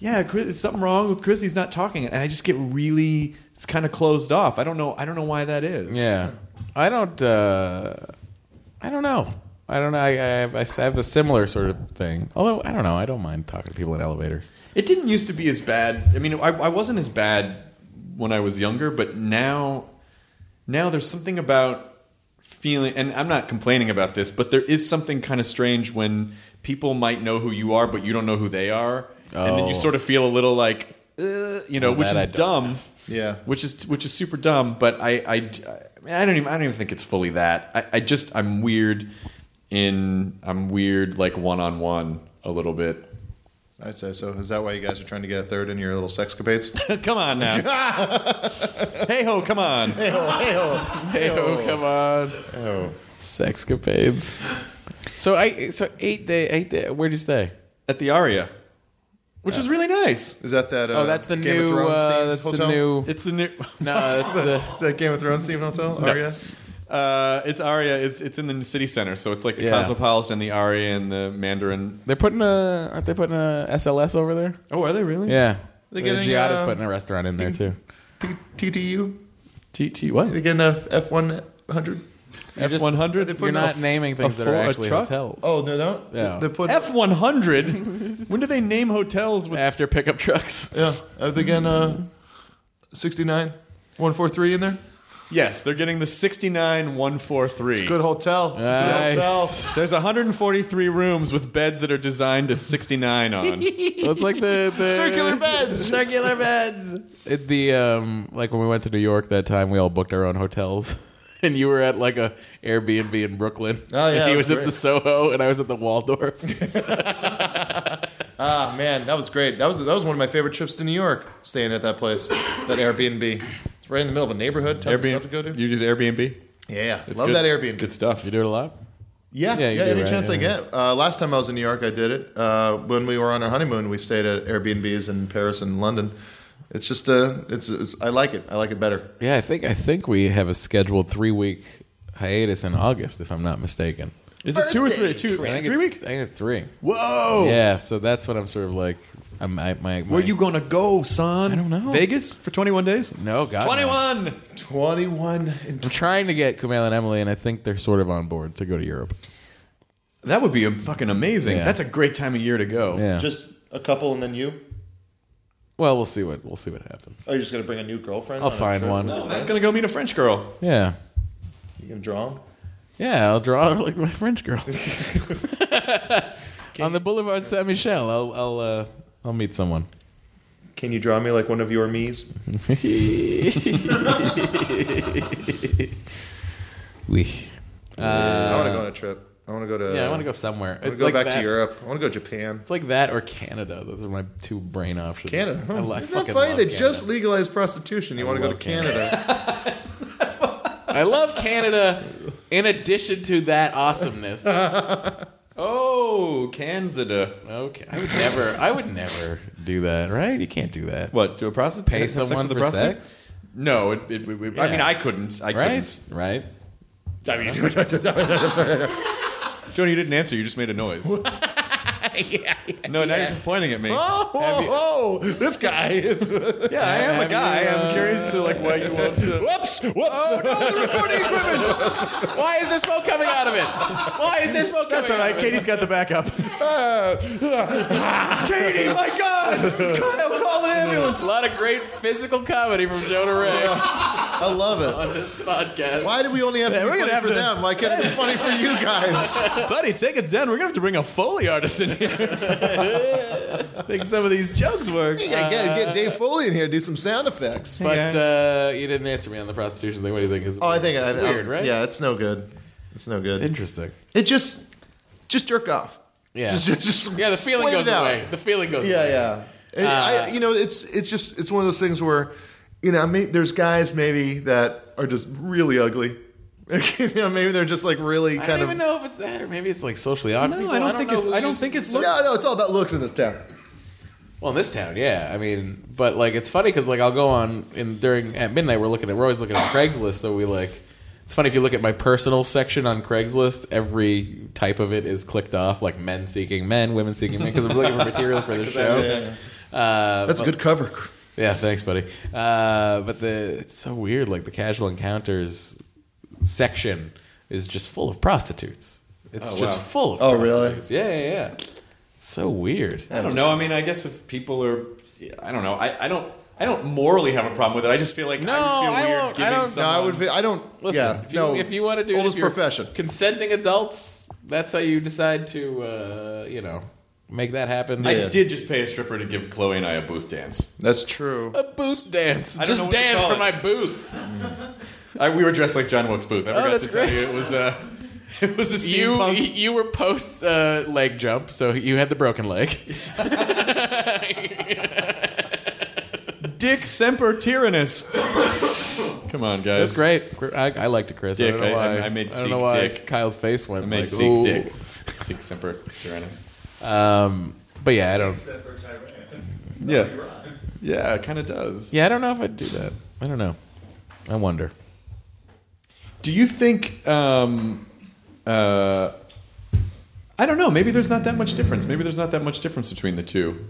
Yeah, Chris, is something wrong with Chris? He's not talking, and I just get really. It's kind of closed off. I don't know. I don't know why that is.
yeah. I don't. Uh, I don't know. I don't know. I, I, have, I have a similar sort of thing. Although I don't know. I don't mind talking to people in elevators.
It didn't used to be as bad. I mean, I, I wasn't as bad when I was younger, but now, now there's something about feeling, and I'm not complaining about this, but there is something kind of strange when people might know who you are, but you don't know who they are, and then you
Oh.
sort of feel a little like, uh, you know, which
that
is
I don't.
dumb.
Yeah.
which is which is super dumb. But I, I, I don't even I don't even think it's fully that. I, I just I'm weird in I'm weird like one on one a little bit.
I'd say so. Is that why you guys are trying to get a third in your little sexcapades?
come on now. hey ho, come on.
Hey, oh, come on. Sexcapades. So I. So eight day. Eight day. Where'd you stay?
At the Aria. which was really nice.
Is that that? Uh,
Oh, that's the
Game of
new.
Thrones
Uh,
themed
that's
hotel?
the new.
It's the new.
No,
Is
that's
that,
the.
is that Game of Thrones themed hotel? Oh,
No.
Aria?
Uh, it's Aria. It's it's in the city center, so it's like the
Yeah.
Cosmopolitan, the Aria, and the Mandarin.
They're putting a. Aren't they putting a SLS over there?
Oh, are they really?
Yeah.
They
The
getting,
Giada's
uh,
putting a restaurant in there too.
T- TTU?
T T what?
They getting a F one hundred?
F one hundred.
You're not naming things that are actually hotels.
Oh, no, no.
Yeah.
They put.
F one hundred. When do they name hotels with?
after pickup trucks.
yeah. Are they getting uh, sixty nine? One four three in there.
Yes, they're getting the sixty nine one four three.
Good hotel. It's a good
Nice.
hotel.
There's 143 rooms with beds that are designed to 69 on.
It's like the, the
Circular beds.
Circular beds.
It, the um, like when we went to New York that time, we all booked our own hotels, and you were at like a Airbnb in Brooklyn.
Oh, yeah,
and he
it
was,
was
at
great.
the Soho, and I was at the Waldorf.
Ah man, that was great. That was that was one of my favorite trips to New York. Staying at that place, that Airbnb. It's right in the middle of a neighborhood. Tons of stuff to go to.
You just Airbnb?
yeah,
It's
love
good-
that Airbnb.
Good stuff.
you do it a lot.
Yeah,
Yeah,
yeah,
you do,
any
right?
chance I
Yeah.
get. Uh, last time I was in New York, I did it. Uh, when we were on our honeymoon, we stayed at Airbnbs in Paris and London. It's just, uh, it's, it's, I like it. I like it better.
Yeah, I think I think we have a scheduled three week hiatus in August, if I'm not mistaken.
Is it two or three? Two,
I think
three
it's,
week?
I think it's three.
Whoa.
Yeah, so that's what I'm sort of like. I'm I, my, my
Where you going to go, son? I
don't know.
Vegas for 21 days?
No, God, no.
21!
21 and
I'm trying to get Kumail and Emily, and I think they're sort of on board to go to Europe.
That would be fucking amazing.
Yeah.
That's a great time of year to go.
Yeah.
just a couple and then you?
Well, we'll see what we'll see what happens.
Oh, you're just going to bring a new girlfriend?
I'll
on a
find
trip?
one.
Oh, that's going to go meet a French girl.
Yeah.
You can draw 'em?
Yeah, I'll draw her like my French girl. On the Boulevard Saint Michel, I'll I'll uh, I'll meet someone.
Can you draw me like one of your me's?
We.
I want to go on a trip. Uh, I want to go to.
Yeah, I want to go somewhere.
I want to go back to Europe. I want to go to Japan.
It's like that or Canada. Those are my two brain options.
Canada.
I,
Huh?
li- I
Isn't
fucking
that funny?
love
They
Canada.
just legalized prostitution. You want to go to
love Canada.
Canada?
I love Canada. In addition to that awesomeness,
Oh, Canada.
okay. I would never. I would never do that. Right? You can't do that.
What, to a prostitute?
Pay
Have sex
someone
with
for
a prostitute?
sex?
No, it, it, it- it- I
Yeah.
mean, I couldn't. I
Right? Right?
couldn't. Tony, you didn't answer. You just made a noise. no, now you're just pointing at me.
oh, oh, oh, this guy is.
Yeah, I am a
Have you,
guy. I'm
uh,
curious to like why you want to.
Whoops! Whoops!
no, the recording equipment.
Why is there smoke coming out of it? Why is there smoke coming
That's all
out
right.
of it?
Katie's got the backup. Katie, my God! Kyle, call an ambulance.
A lot of great physical comedy from Jonah Ray
I love it.
on this podcast.
Why do we only have to
Yeah,
be
we're gonna
funny
have
for
to-
them? Why can't it be funny for you guys?
Buddy, take it down. We're gonna have to bring a foley artist in here. Make some of these jokes work.
Yeah, get, get Dave Foley in here, do some sound effects.
But uh, you didn't answer me on the prostitution thing. What do you think? Is
Oh, I think I,
it's weird,
I,
right?
Yeah, it's no good. It's no good.
interesting.
it just, just jerk off.
Yeah,
Just- just- just
yeah. The feeling
wait it
goes
out.
away. Uh, The feeling goes
Yeah,
away.
yeah. And I, you know, it's it's just it's one of those things where, you know, I may, there's guys maybe that are just really ugly. you know, maybe they're just like really
I
kind
don't
of.
even know if it's that, or maybe it's like socially awkward.
No, I don't think it's. I don't think it's.
No, no, it's all about looks in this town.
Well, in this town, yeah. I mean, but like it's funny because like I'll go on and during at midnight we're looking at we're always looking at Craigslist, so we like. It's funny if you look at my personal section on Craigslist, every type of it is clicked off, like men seeking men, women seeking men, because I'm looking for material for the show. Uh,
That's a good cover.
Yeah, thanks, buddy. Uh, but the it's so weird. Like the casual encounters section is just full of prostitutes. It's just full of
Oh, really?
prostitutes. Yeah, yeah, yeah. It's so weird.
I don't know. I mean, I guess if people are, I don't know. I, I don't. I don't morally have a problem with it. I just feel like
No,
I would feel
I
weird
won't- I
giving
don't-
No,
someone.
I would. Be, I don't.
Listen,
yeah,
if you
no,
if you want to do it,
oldest
if you're
profession.
consenting adults, that's how you decide to uh, you know make that happen.
I
Yeah.
did just pay a stripper to give Chloe and I a booth dance.
That's true.
A booth dance.
I don't know
Just
what to
dance
call
for
it.
my booth.
I, we were dressed like John Wilkes Booth. I forgot
Oh, that's
to tell
great.
you, it was a, it was a
You
steampunk.
you were post uh, leg jump, so you had the broken leg.
Dick Semper Tyrannus. Come on,
That's
guys.
great. I, I liked it, Chris.
Dick,
I don't know
I-
why.
I- I made
don't know
Seek
why
Dick.
Kyle's face went.
I made
like,
Seek
"Ooh."
Dick. Seek Semper Tyrannus.
Um, but yeah, I don't.
Yeah. Yeah, it kind of does.
Yeah, I don't know if I'd do that. I don't know. I wonder.
Do you think? Um, uh, I don't know. Maybe there's not that much difference. Maybe there's not that much difference between the two.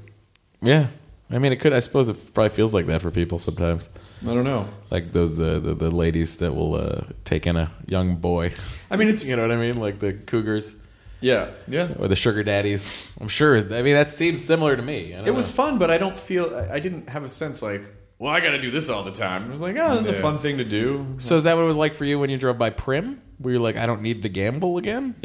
Yeah. I mean, it could. I suppose it probably feels like that for people sometimes.
I don't know.
Like those uh, the the ladies that will uh, take in a young boy.
I mean, it's
you know what I mean, like the cougars
Yeah, yeah.
or the sugar daddies. I'm sure. I mean, that seems similar to me. I don't
It was
know.
fun, but I don't feel. I- I didn't have a sense like, well, I got to do this all the time. It was like, oh, this is a
Yeah.
fun thing to do.
So is that what it was like for you when you drove by Prim? Were you like, I don't need to gamble again?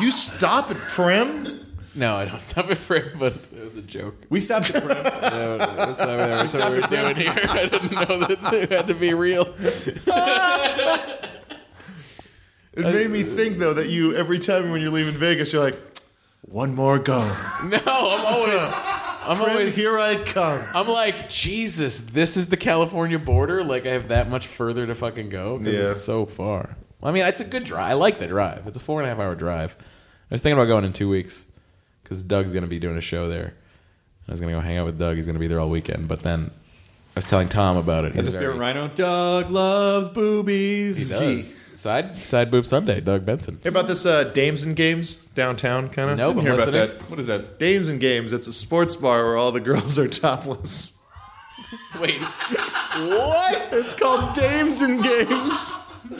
You stop at Prim?
no, I don't stop at Prim, but it was a joke.
We stopped at Prim.
No, no, that's not what I was
stopped
we were
at Prim.
doing here. I didn't know that it had to be real.
It made me think though that you every time when you're leaving Vegas, you're like, one more go.
No, I'm always, I'm
Prim,
always
here I come.
I'm like, Jesus, this is the California border. Like, I have that much further to fucking go because
Yeah.
it's so far. I mean, it's a good drive. I like the drive. It's a four and a half hour drive. I was thinking about going in two weeks because Doug's going to be doing a show there. I was going to go hang out with Doug. He's going to be there all weekend. But then I was telling Tom about it. He's
As a spirit
very-
rhino, Doug loves boobies.
He does. Side, side boob Sunday, Doug Benson.
Hear about this uh, Dames and Games downtown kind of?
No, but
Hear about
listening.
that? What is that?
Dames and Games. It's a sports bar where all the girls are topless.
Wait, what?
It's called Dames and Games.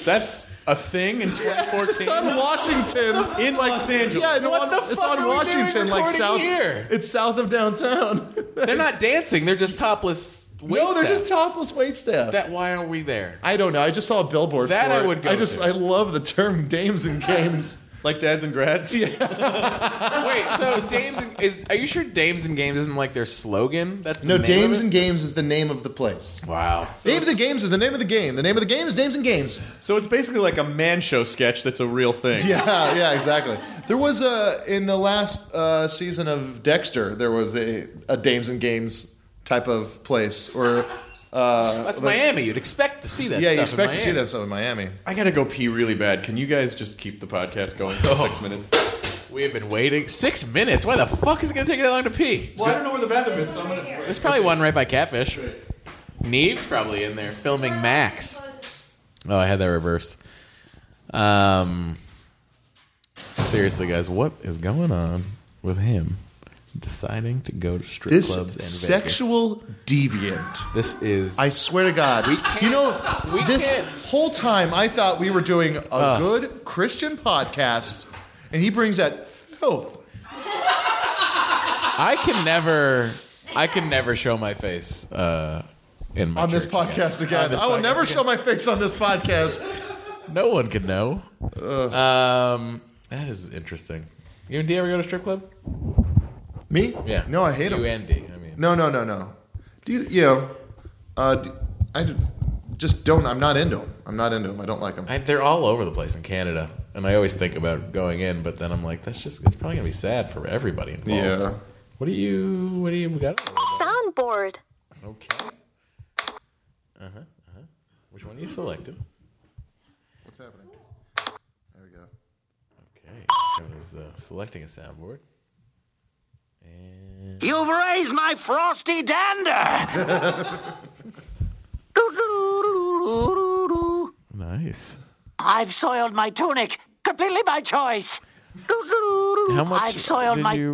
That's a thing in 2014
It's on Washington.
in Los Angeles.
Yeah, in
What the
Wa- it's
fuck
on
are we doing
Washington, like
recording
south.
here?
It's south of downtown.
They're not dancing. They're just topless.
no, they're
waitstaff.
just topless waitstaff.
That. Why are we there?
I don't know. I just saw a billboard.
That
for
I
it.
would go
I just
to.
I love the term Dames and Games.
like dads and grads. Yeah.
Wait, so Dames and, is are you sure Dames and Games isn't like their slogan? That's the
No,
name of
Dames
it?
and Games is the name of the place.
Wow.
Dames and Games is the name of the game. The name of the game is Dames and Games.
So it's basically like a man show sketch that's a real thing.
Yeah, yeah, exactly. There was a in the last uh, season of Dexter. There was a, a Dames and Games type of place, or uh,
That's
like-
Miami. You'd expect to see that.
Yeah,
stuff
you
in
expect to see
Miami.
that stuff in Miami.
I gotta go pee really bad. Can you guys just keep the podcast going for
Oh.
six minutes?
We have been waiting six minutes. Why the fuck is it going to take that long to pee?
Well, I don't know where the bathroom is, so I'm gonna.
There's probably one right by Catfish. Neve's probably in there filming Max. Oh, I had that reversed. Um, seriously, guys, what is going on with him deciding to go to strip
This
clubs and
sexual deviant.
Vegas? This is
I swear to God, we
can't-
you know,
we
this
can't.
whole time I thought we were doing a good Christian podcast, and he brings that filth.
I can never, I can never show my face uh, in my
on this
church
podcast
again. On
again.
this
I will
podcast
never
again.
show my face on this podcast.
No one could know. Um, that is interesting. You and D ever go to strip club?
Me?
Yeah.
No, I hate
you
him.
and D. I mean,
no, no, no, no. Do you? You know, uh, d- I d- just don't. I'm not into him. I'm not into him. I don't like him.
I, they're all over the place in Canada, and I always think about going in, but then I'm like, that's just it's probably gonna be sad for everybody involved.
yeah.
What do you? What do you we got?
Soundboard.
Okay. Uh huh. Uh huh. Uh-huh, Which one you selected?
What's happening? There we go.
Okay. I was uh, selecting a soundboard.
You've raised my frosty dander.
Nice.
I've soiled my tunic completely by choice.
How much
I've soiled
did
my.
you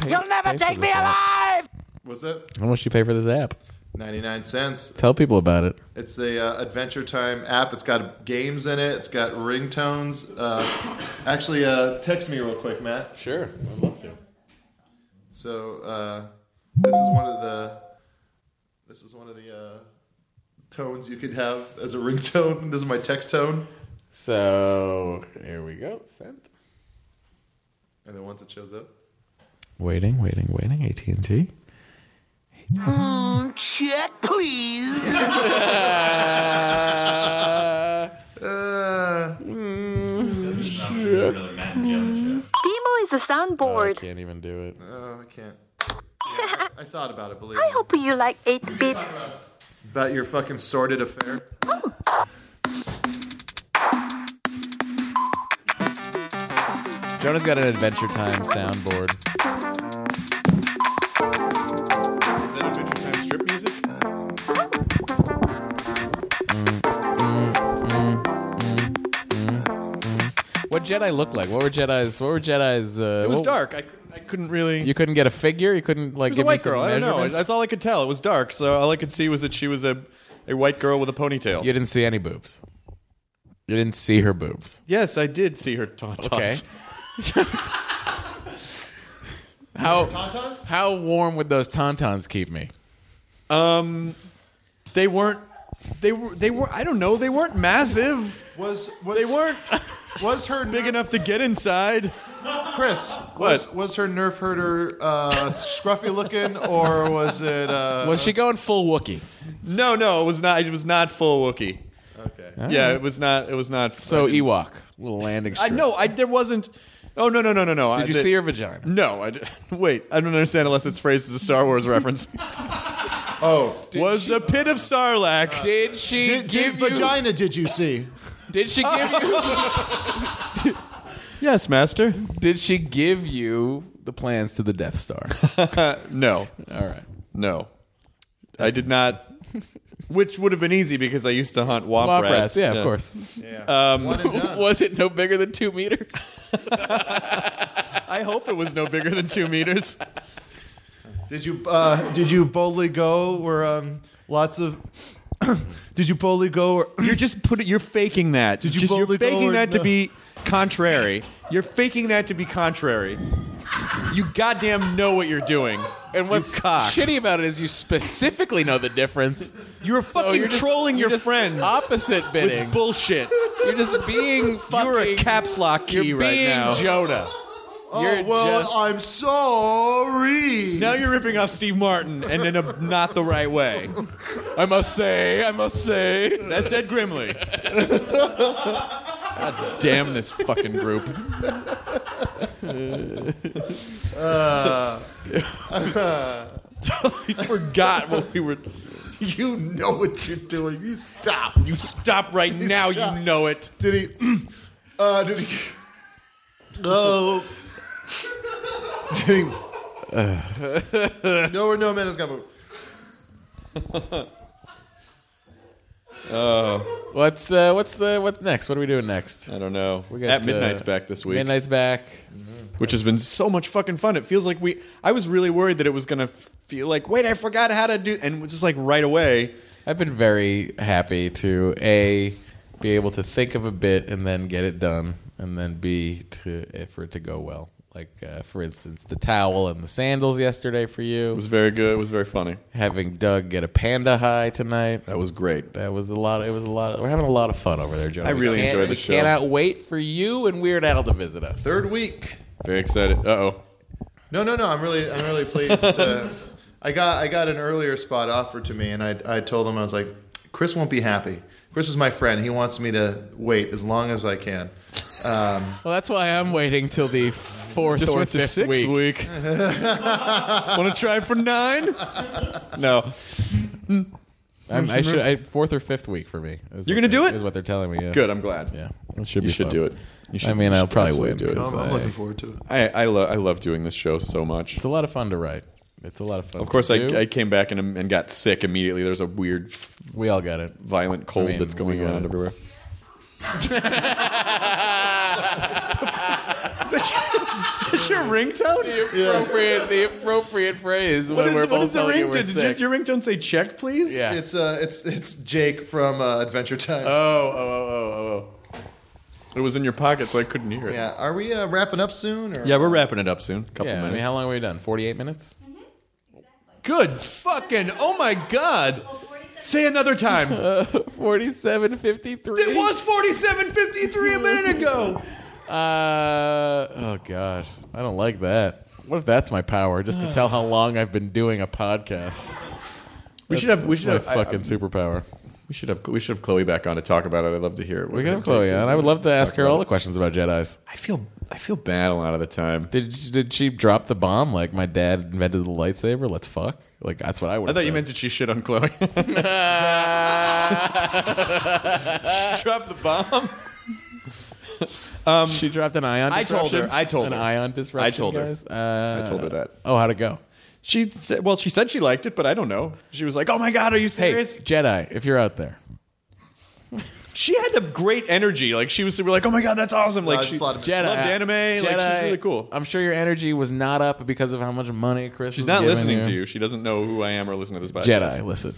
pay-
You'll never
pay for
take me
this
alive.
What's that?
How much you pay for this app?
Ninety nine cents.
Tell people about it.
It's the uh, Adventure Time app. It's got games in it. It's got ringtones. Uh, actually, uh, text me real quick, Matt.
Sure, I'd love to.
So uh, this is one of the this is one of the uh, tones you could have as a ringtone. This is my text tone,
So here we go. Sent.
and then once it shows up,
Waiting, waiting, waiting. AT and T.
Check, please.
Beemo is a soundboard.
Can't even do it.
oh, I can't. Yeah, I thought about it. Believe me.
I hope you like 8 bit.
about your fucking sordid affair.
Jonah's got an Adventure Time soundboard. Jedi look like? What were Jedi's? What were Jedi's? Uh,
It was
what-
dark. I, couldn't- I couldn't really.
You couldn't get a figure. You couldn't like
It was a
give me
white
some
girl. I don't know.
measurements?
That's all I could tell. It was dark, so all I could see was that she was a, a white girl with a ponytail.
You didn't see any boobs. You didn't see her boobs.
Yes, I did see her tauntauns.
Okay. How
Tauntauns?
how warm would those tauntauns keep me?
Um, they weren't. They were. They were. I don't know. They weren't massive.
Was, was
They weren't
was her
big enough to get inside.
Chris? Was, was her Nerf herder uh, scruffy looking or was it? Uh,
Was she going full Wookiee?
No, no, it was not. It was not full Wookie.
Okay.
Yeah, it was not. It was not.
Ah. So Ewok, little landing
I
strip.
no. I there wasn't. Oh no no no no no. I-
Did you
the-
see her vagina?
No. I, d- wait. I don't understand unless it's phrased as a Star Wars reference.
Oh,
was the pit of Sarlacc?
Did she
Did, did
give you?
vagina did you see?
Did she give you?
yes, Master.
did she give you the plans to the Death Star?
No.
All right.
No. I did not. Which would have been easy because I used to hunt womp,
Womp rats. Yeah, of course.
Um,
one and done.
Was it no bigger than two meters?
I hope it was no bigger than two meters.
Did you uh, did you boldly go where um, lots of? did you boldly go where?
You're just putting. You're faking that. Did
you
just, you're
boldly go
faking
or
that to
uh,
no?
be contrary. You're faking that to be contrary. You goddamn know what you're doing.
And what's
you cock.
shitty about it is you specifically know the difference.
You're
So
fucking
you're just-
trolling
you're
your
just
friends
Opposite bidding.
with bullshit.
you're just being fucking.
You're a caps lock key
you're
right
being
now.
Jonah.
Oh,
You're
well,
just-
I'm sorry.
now you're ripping off Steve Martin and in a not the right way.
I must say. I must say.
That's Ed Grimley. God damn this fucking group. Uh, totally forgot what we were.
You know what you're doing. You stop.
You stop right now, you know it.
Did he? Uh, did he? Oh. did he?
No, no man has got. boobs.
What's uh, what's uh, what's next? What are we doing next?
I don't know.
We
At Midnight's
uh,
back this week,
Midnight's back.
which has been so much fucking fun. It feels like we. I was really worried that it was gonna feel like, wait, I forgot how to do, and just like right away.
I've been very happy to a be able to think of a bit and then get it done, and then b to eh, for it to go well. Like uh, for instance, the towel and the sandals yesterday for you.
It was very good. It was very funny.
having Doug get a panda high tonight.
That was great.
That was a lot. It was a lot. we're having a lot of fun over there, Joe.
I really enjoyed the
we
show.
Cannot wait for you and Weird Al to visit us.
Third week.
Very excited. Uh oh.
No, no, no. I'm really, I'm really pleased. uh, I got, I got an earlier spot offered to me, and I, I told him I was like, Chris won't be happy. Chris is my friend. He wants me to wait as long as I can. Um,
Well, that's why I'm waiting till the fourth
Just
or
went to
fifth
sixth
week.
week. Want to try for nine? No.
I'm, I should I, fourth or fifth week for me. is
You're
what
gonna do
they-
it?
Is what they're telling me. Yeah.
Good. I'm glad.
Yeah. It should
You
be
should
fun.
do it. You should,
I mean,
you
I'll
should
probably
absolutely
win.
do it.
because
I'm, I'm
I-
looking forward to it.
I I, lo- I love doing this show so much.
It's a lot of fun to write. It's a lot of fun.
Of course, I,
to do.
I came back and, and got sick immediately. There's a weird, f-
we all got it.
violent cold
I mean,
that's going
we, uh,
around everywhere. is, that your, is that your ringtone?
Appropriate, the appropriate phrase
What
when we're
is, what
both
is the
telling you
ringtone?
we're
Did
sick.
your your ringtone say check, please?
yeah.
It's, uh, it's, it's Jake from uh, Adventure Time.
Oh, oh, oh, oh, oh, oh. It was in your pocket, so I couldn't hear it.
yeah. Are we uh, wrapping up soon? Or?
Yeah, we're wrapping it up soon. Couple
yeah. I
minutes.
mean, how long are we done? Forty-eight minutes.
Good fucking. Oh my god. Say another time.
Forty-seven fifty-three.
it was 47.53 a minute ago.
Uh, oh God, I don't like that. What if that's my power, just to tell how long I've been doing a podcast?
We should have. We
That's
should have.
my fucking superpower.
we should have. We should have Chloe back on to talk about it. I'd love to hear it.
We can have Chloe on. I would love to ask her all the questions about Jedi's.
I feel. I feel bad a lot of the time.
Did did she drop the bomb like my dad invented the lightsaber? Let's fuck. Like that's what I would.
I thought you meant that she shit on Chloe. Drop the bomb.
she dropped an ion.
I told
disruption?
her- I told
an
her.
ion disruption.
I told her.
guys? Uh,
I told her that.
Oh, how'd it go?
She said, well, she said she liked it, but I don't know. She was like, "Oh my god, are you
Hey,
serious?"
Jedi, if you're out there,
she had the great energy. Like she was super like, oh my god, that's awesome. Like
No, I
she
just loved
loved
Jedi.
anime. Like she's
Jedi,
really cool.
I'm sure your energy was not up because of how much money Chris.
She's
was
not
giving
listening to you. She doesn't know who I am or listen to this podcast.
Jedi, listen.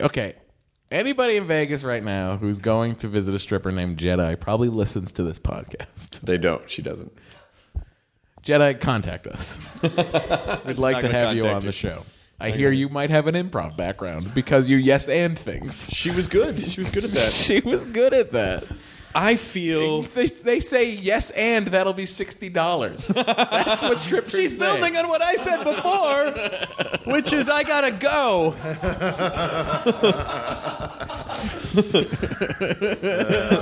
Okay. Anybody in Vegas right now who's going to visit a stripper named Jedi probably listens to this podcast.
They don't. She doesn't.
Jedi, contact us. We'd like
not
to
gonna
have you
contact
on
you.
the show. I
Not
hear
gonna-
you might have an improv background because you yes and things.
She was good. She was good at that.
she was good at that.
I feel
they, they say yes and that'll be sixty dollars. That's what strippers
She's
say.
building on what I said before, which is I gotta go.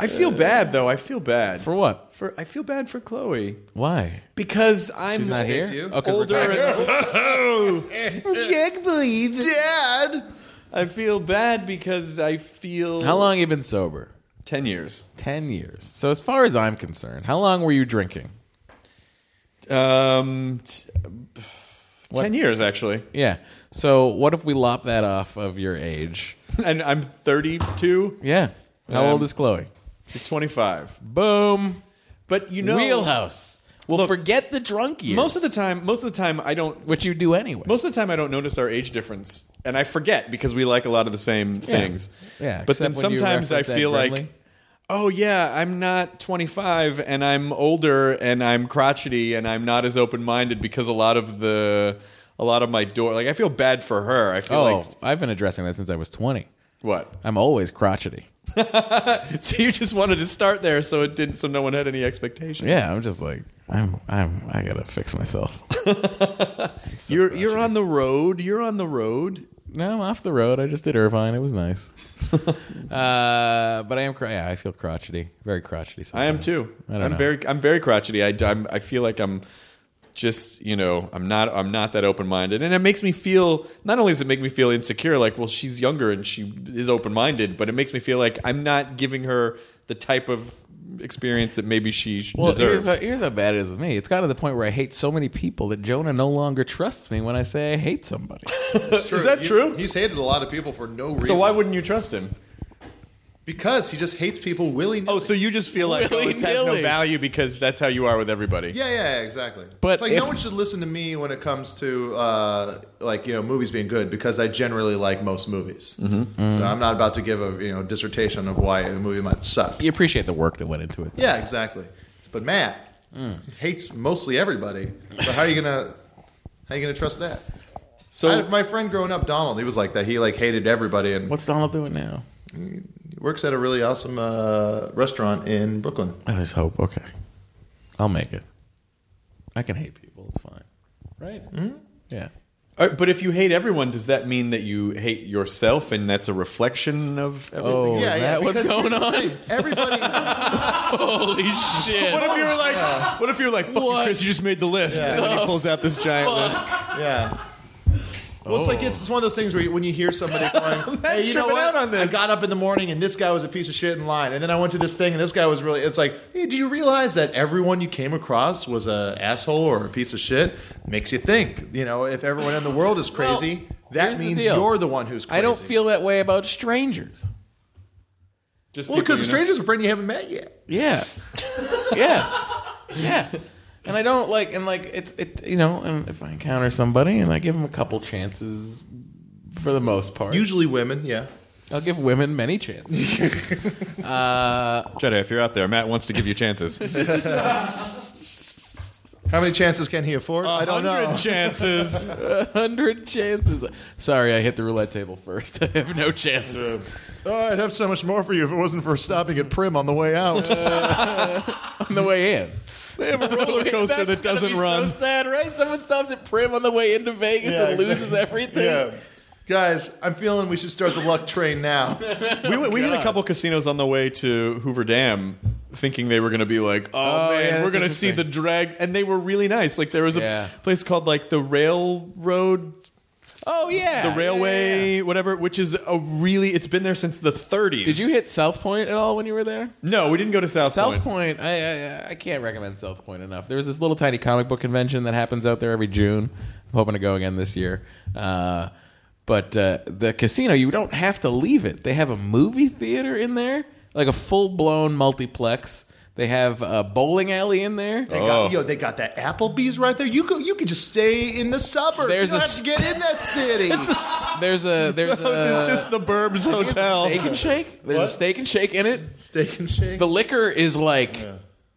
I feel bad though. I feel bad
for what?
For I feel bad for Chloe
Why?
because I'm
She's not here? Oh, 'cause we're
older. And, Jack, please,
Dad.
I feel bad because I feel.
How long you been sober?
Ten years.
Ten years. So as far as I'm concerned, how long were you drinking?
Um, t- ten years actually.
Yeah. So what if we lop that off of your age?
and I'm 32.
Yeah. How
Um,
old is Chloe?
She's 25.
Boom.
But you know,
Wheelhouse. We'll
Look,
forget the drunk years.
Most of the time, most of the time, I don't.
Which you do anyway.
Most of the time, I don't notice our age difference, and I forget because we like a lot of the same
Yeah.
things.
Yeah,
But then
except when you
sometimes I
reference that
feel like,
Gremlin.
oh yeah, I'm not 25, and I'm older, and I'm crotchety, and I'm not as open minded because a lot of the, a lot of my door, like I feel bad for her. I feel
Oh,
like
I've been addressing that since I was twenty.
what?
I'm always crotchety.
So you just wanted to start there, so it didn't, so no one had any expectations.
Yeah, I'm just like I'm. I'm. I gotta fix myself.
you're you're on the road. You're on the road.
No, I'm off the road. I just did Irvine. It was nice. uh, but I am. cro- Yeah, I feel crotchety. Very crotchety.
I am
sometimes.
too.
I don't
am
know.
very I'm very crotchety. I I'm, I feel like I'm just you know I'm not I'm not that open minded, and it makes me feel. Not only does it make me feel insecure, like well she's younger and she is open minded, but it makes me feel like I'm not giving her the type of experience that maybe she sh-
Well, here's
deserves.
how, here's how bad it is with me. It's got to the point where I hate so many people that Jonah no longer trusts me when I say I hate somebody.
Is that true?
He's hated a lot of people for no reason.
so why wouldn't you trust him?
Because he just hates people willy nilly.
Oh, so you just feel like oh, it has no
Willy-nilly.
value because that's how you are with everybody.
Yeah, yeah, exactly.
But
it's like
if-
no one should listen to me when it comes to uh, like you know movies being good because I generally like most movies.
Mm-hmm.
So I'm not about to give a you know dissertation of why a movie might suck.
you appreciate the work that went into it. though.
Yeah, exactly. But Matt
Mm.
hates mostly everybody. But how are you gonna how you gonna trust that?
So
I- my friend growing up, Donald, he was like that. He like hated everybody and
What's Donald doing now?
works at a really awesome uh, restaurant in Brooklyn.
I just hope. Okay, I'll make it. I can hate people. It's fine. Right? Mm-hmm. Yeah.
Uh, But if you hate everyone, does that mean that you hate yourself, and that's a reflection of everything?
Oh, is that what's
because
going on?
Everybody.
Holy shit!
What if you were like, what if you were like, fuck you,
What?
Chris, you just made the list. And then he pulls out this giant list.
Yeah. Oh. Well, it's like it's, it's one of those things where you, when you hear somebody going, "Hey, you know
tripping out
what?
on this."
I got up in the morning and this guy was a piece of shit in line, and then I went to this thing and this guy was really." It's like, hey, do you realize that everyone you came across was a asshole or a piece of shit? Makes you think. You know, if everyone in the world is crazy,
here's
that
the
means
deal.
you're the one who's. crazy.
I don't feel that way about strangers.
Just
well
people
because
you
the
know.
stranger's a friend you haven't met yet.
Yeah. yeah. Yeah. And I don't like and like it's it you know, and if I encounter somebody and I give them a couple chances for the most part.
Usually women, yeah.
I'll give women many chances.
Jedi, if you're out there, Matt wants to give you chances.
How many chances can he afford? I don't know.
chances.
A hundred chances. Sorry, I hit the roulette table first. I have no chances.
Oh, I'd have so much more for you if it wasn't for stopping at Prim on the way out.
On the way in.
They have a roller coaster
That's gonna
that doesn't
be
run.
So sad, right? Someone stops at Prim on the way into Vegas
Yeah,
and loses
exactly.
everything.
Yeah. Guys, I'm feeling we should start the luck train now.
we went- we hit a
God.
couple casinos on the way to Hoover Dam. Thinking they were going to be like, oh,
Oh, yeah,
man, we're
that's
going to see the
interesting.
drag, and they were really nice. Like there was a
Yeah.
place called like the Railroad
Oh yeah.
the
Yeah,
railway,
yeah, yeah.
whatever, which is a really it's been there since the 30s.
Did you hit South Point at all when you were there?
No, we didn't go to South,
South Point, I, I I can't recommend South Point enough. There was this little tiny comic book convention that happens out there every June. I'm hoping to go again this year. Uh, But uh, the casino, you don't have to leave it. They have a movie theater in there, like a full blown multiplex. They have a bowling alley in there.
They got, yo, they got that Applebee's right there. You go, you can just stay in the suburbs.
There's
you
a
don't have to
st-
get in that city.
There's a there's a
It's just
the Burbs
Hotel.
Steak
Oh.
and Shake. There's a
What?
Steak and Shake in it.
Steak and Shake.
The liquor is like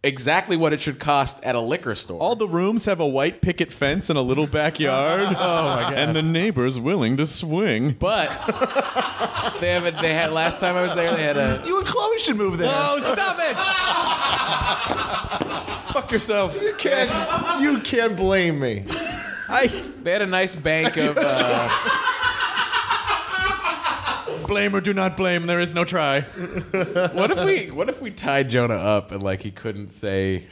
exactly what it should cost at a liquor store.
All the rooms have a white picket fence and a little backyard.
Oh, my God.
And the neighbor's willing to swing.
But they have a, they had last time I was there they had a
you and Chloe should move there.
Whoa, stop it! fuck yourself.
You can't. You can't blame me.
I.
They had a nice bank of. Uh,
blame or do not blame. There is no try.
what if we what if we tied Jonah up and like he couldn't say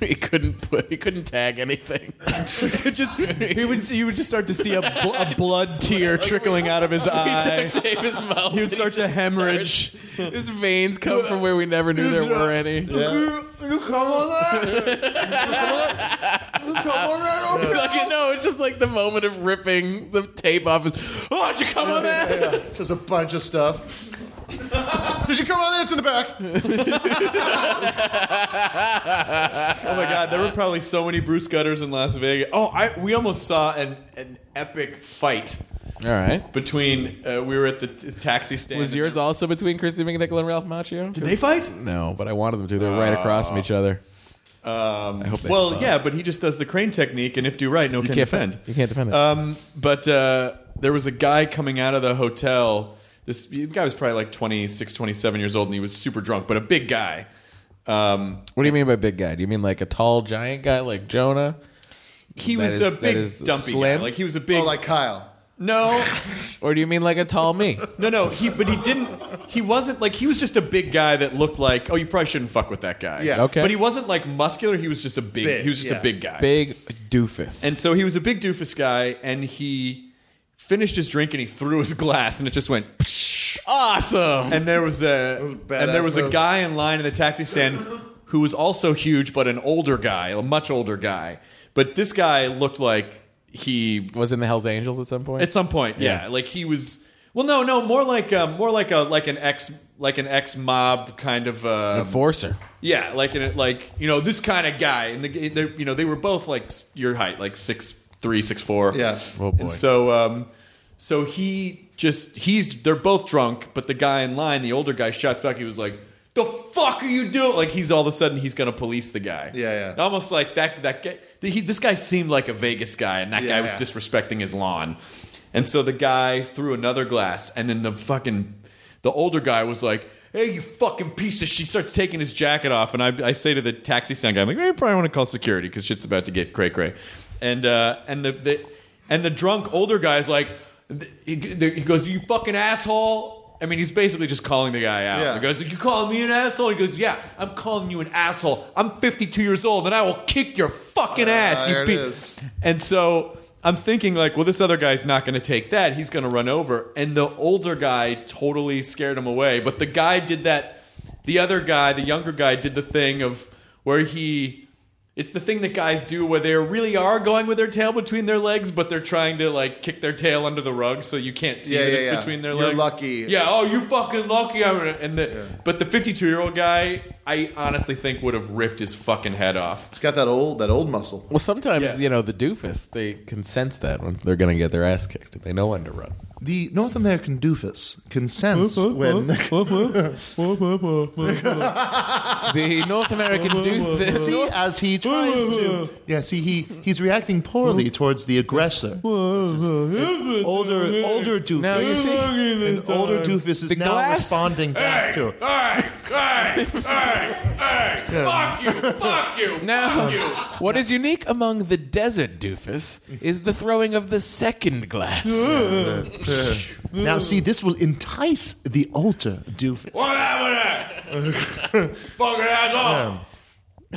he couldn't put he couldn't tag anything.
just he would you would just start to see a, bl- a blood tear trickling out of his eye.
Shave his mouth.
He would start to hemorrhage.
His veins come from where we never knew there were any.
You come on that? You come on that?
Like, no, it's just like the moment of ripping the tape off. His, oh, did you come on that?
Just a bunch of stuff. Did you come on that? It's in the back.
Oh my god, there were probably so many Bruce Gutters in Las Vegas. Oh, I we almost saw an an epic fight.
All right.
Between uh, we were at the t- taxi stand.
Was yours also between Christy McNichol and Ralph Macchio? Ah.
Did they fight?
No, but I wanted them to. They're right across from each other.
Um,
I hope they
well,
fucked.
yeah, but he just does the crane technique, and if do right, no
You
can
can't
defend.
defend- you can't defend it.
Um, but uh, there was a guy coming out of the hotel. This guy was probably like 26, 27 years old, and he was super drunk, but a big guy. Um,
What do you mean by big guy? Do you mean like a tall, giant guy like Jonah?
he
That
was
is-
a
that
big
is
dumpy
slim?
guy. Like he was a big.
Oh,
Oh,
like Kyle.
No,
or do you mean like a tall me?
no, no. He, but he didn't. He wasn't like he was just a big guy that looked like. Oh, you probably shouldn't fuck with that guy.
Yeah. Okay.
But he wasn't like muscular. He was just a big.
Big,
he was just
yeah.
a big guy.
Big doofus.
And so he was a big doofus guy, and he finished his drink and he threw his glass, and it just went. psh.
Awesome.
And there was a, and there was a
move.
guy in line in the taxi stand who was also huge, but an older guy, a much older guy. But this guy looked like he
was in the Hell's Angels at some point.
at some point, yeah.
Yeah.
Like he was. Well, no, no, more like um, more like a like an ex like an ex mob kind of um,
Enforcer.
Yeah, like in like you know this kind of guy, and the they you know they were both like s- your height, like six three, six four.
Yeah.
Oh, boy.
And so um, so he just he's they're both drunk, but the guy in line, the older guy, shouts back. He was like. The fuck are you doing? Like he's all of a sudden he's gonna police the guy.
Yeah, yeah.
Almost like that. That guy. He, this guy seemed like a Vegas guy, and that
Yeah,
guy was
yeah.
just disrespecting his lawn. And so the guy threw another glass, and then the fucking the older guy was like, "Hey, you fucking piece of shit!" Starts taking his jacket off, and I, I say to the taxi stand guy, "I'm like, hey, you probably want to call security because shit's about to get cray cray." And uh, and the, the and the drunk older guy's like, th- he, he goes, "You fucking asshole." I mean, he's basically just calling the guy out.
Yeah.
He goes, "You calling me an asshole?" He goes, "Yeah, I'm calling you an asshole. I'm 52 years old, and I will kick your fucking ass."
there
you
it
beat-"
is.
And so I'm thinking like, well, this other guy's not going to take that. He's going to run over, and the older guy totally scared him away. But the guy did that. The other guy, the younger guy, did the thing of where he. It's the thing that guys do where they really are going with their tail between their legs, but they're trying to like kick their tail under the rug so you can't see
Yeah,
that
yeah,
it's
yeah.
between their
You're
legs.
lucky.
Yeah. Oh, you fucking lucky. I'm gonna, and the but the 52 year old guy, I honestly think would have ripped his fucking head off.
He's got that old that old muscle.
Well, sometimes
Yeah.
you know the doofus they can sense that when they're going to get their ass kicked. They know when to run.
The North American doofus can sense when.
The North American doofus.
See, as he tries to. Yeah, see, he, he's reacting poorly towards the aggressor. older, older doofus.
Now you see
An older doofus is
The
now
glass-
responding back to him.
Hey, hey, hey, hey! Fuck you! Fuck you!
Now,
Fuck you!
what is unique among the desert doofus is the throwing of the second glass.
Now, see, this will entice the older doofus.
What happened? Fucking asshole!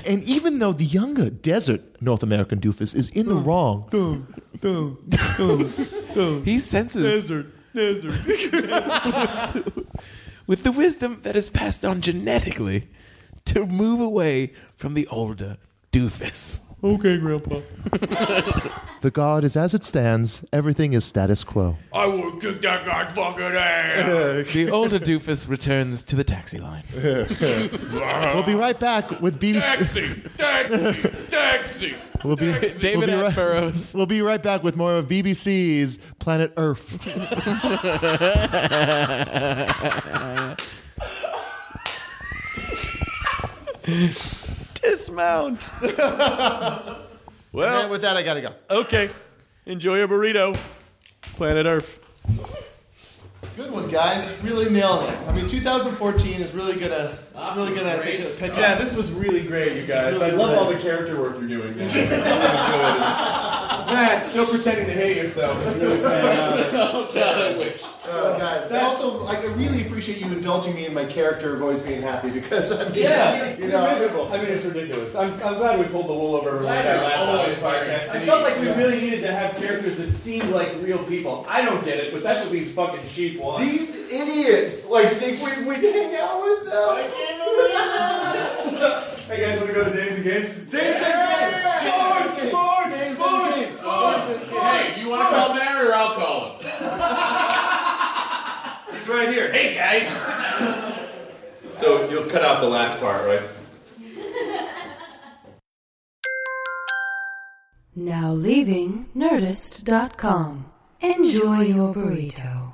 And even though the younger desert North American doofus is in the wrong,
He senses desert, desert. with the wisdom that is passed on genetically to move away from the older doofus.
Okay, Grandpa.
The God is as it stands, everything is status quo.
I will kick that guy's fucking ass.
the older doofus returns to the taxi line.
we'll be right back with BBC.
taxi, taxi, taxi.
We'll be,
David
we'll be
F.
right, We'll be right back with more of BBC's Planet Earth.
Dismount.
well, with that, I gotta go.
Okay. Enjoy your burrito. Planet Earth.
Good one, guys. Really nailing it. I mean, 2014 is really gonna, it's really gonna I think, pick up.
Yeah, this was really great, you guys. I love all the character work you're doing. now. It's really good. Matt, still pretending to hate yourself. It's really bad.
Uh, guys, I also like, I really appreciate you indulging me in my character of always being happy because I mean,
Yeah,
you know,
you're miserable. I mean, it's ridiculous. I'm, I'm glad we pulled the wool over everyone's
Glad
head
you're
last
always
time.
firing
I felt like we
sneaks.
really needed to have characters that seemed like real people. I don't get it, but that's what these fucking sheep want.
These idiots like think we we hang out with them. I can't
Hey guys, want to go to Dames and Games? Dames and
Games!
Sports! Sports! Sports! Sports!
Hey, you want to call Marin or I'll call him?
He's right here. Hey guys! so you'll cut out the last part, right?
Now leaving Nerdist.com. Enjoy your burrito.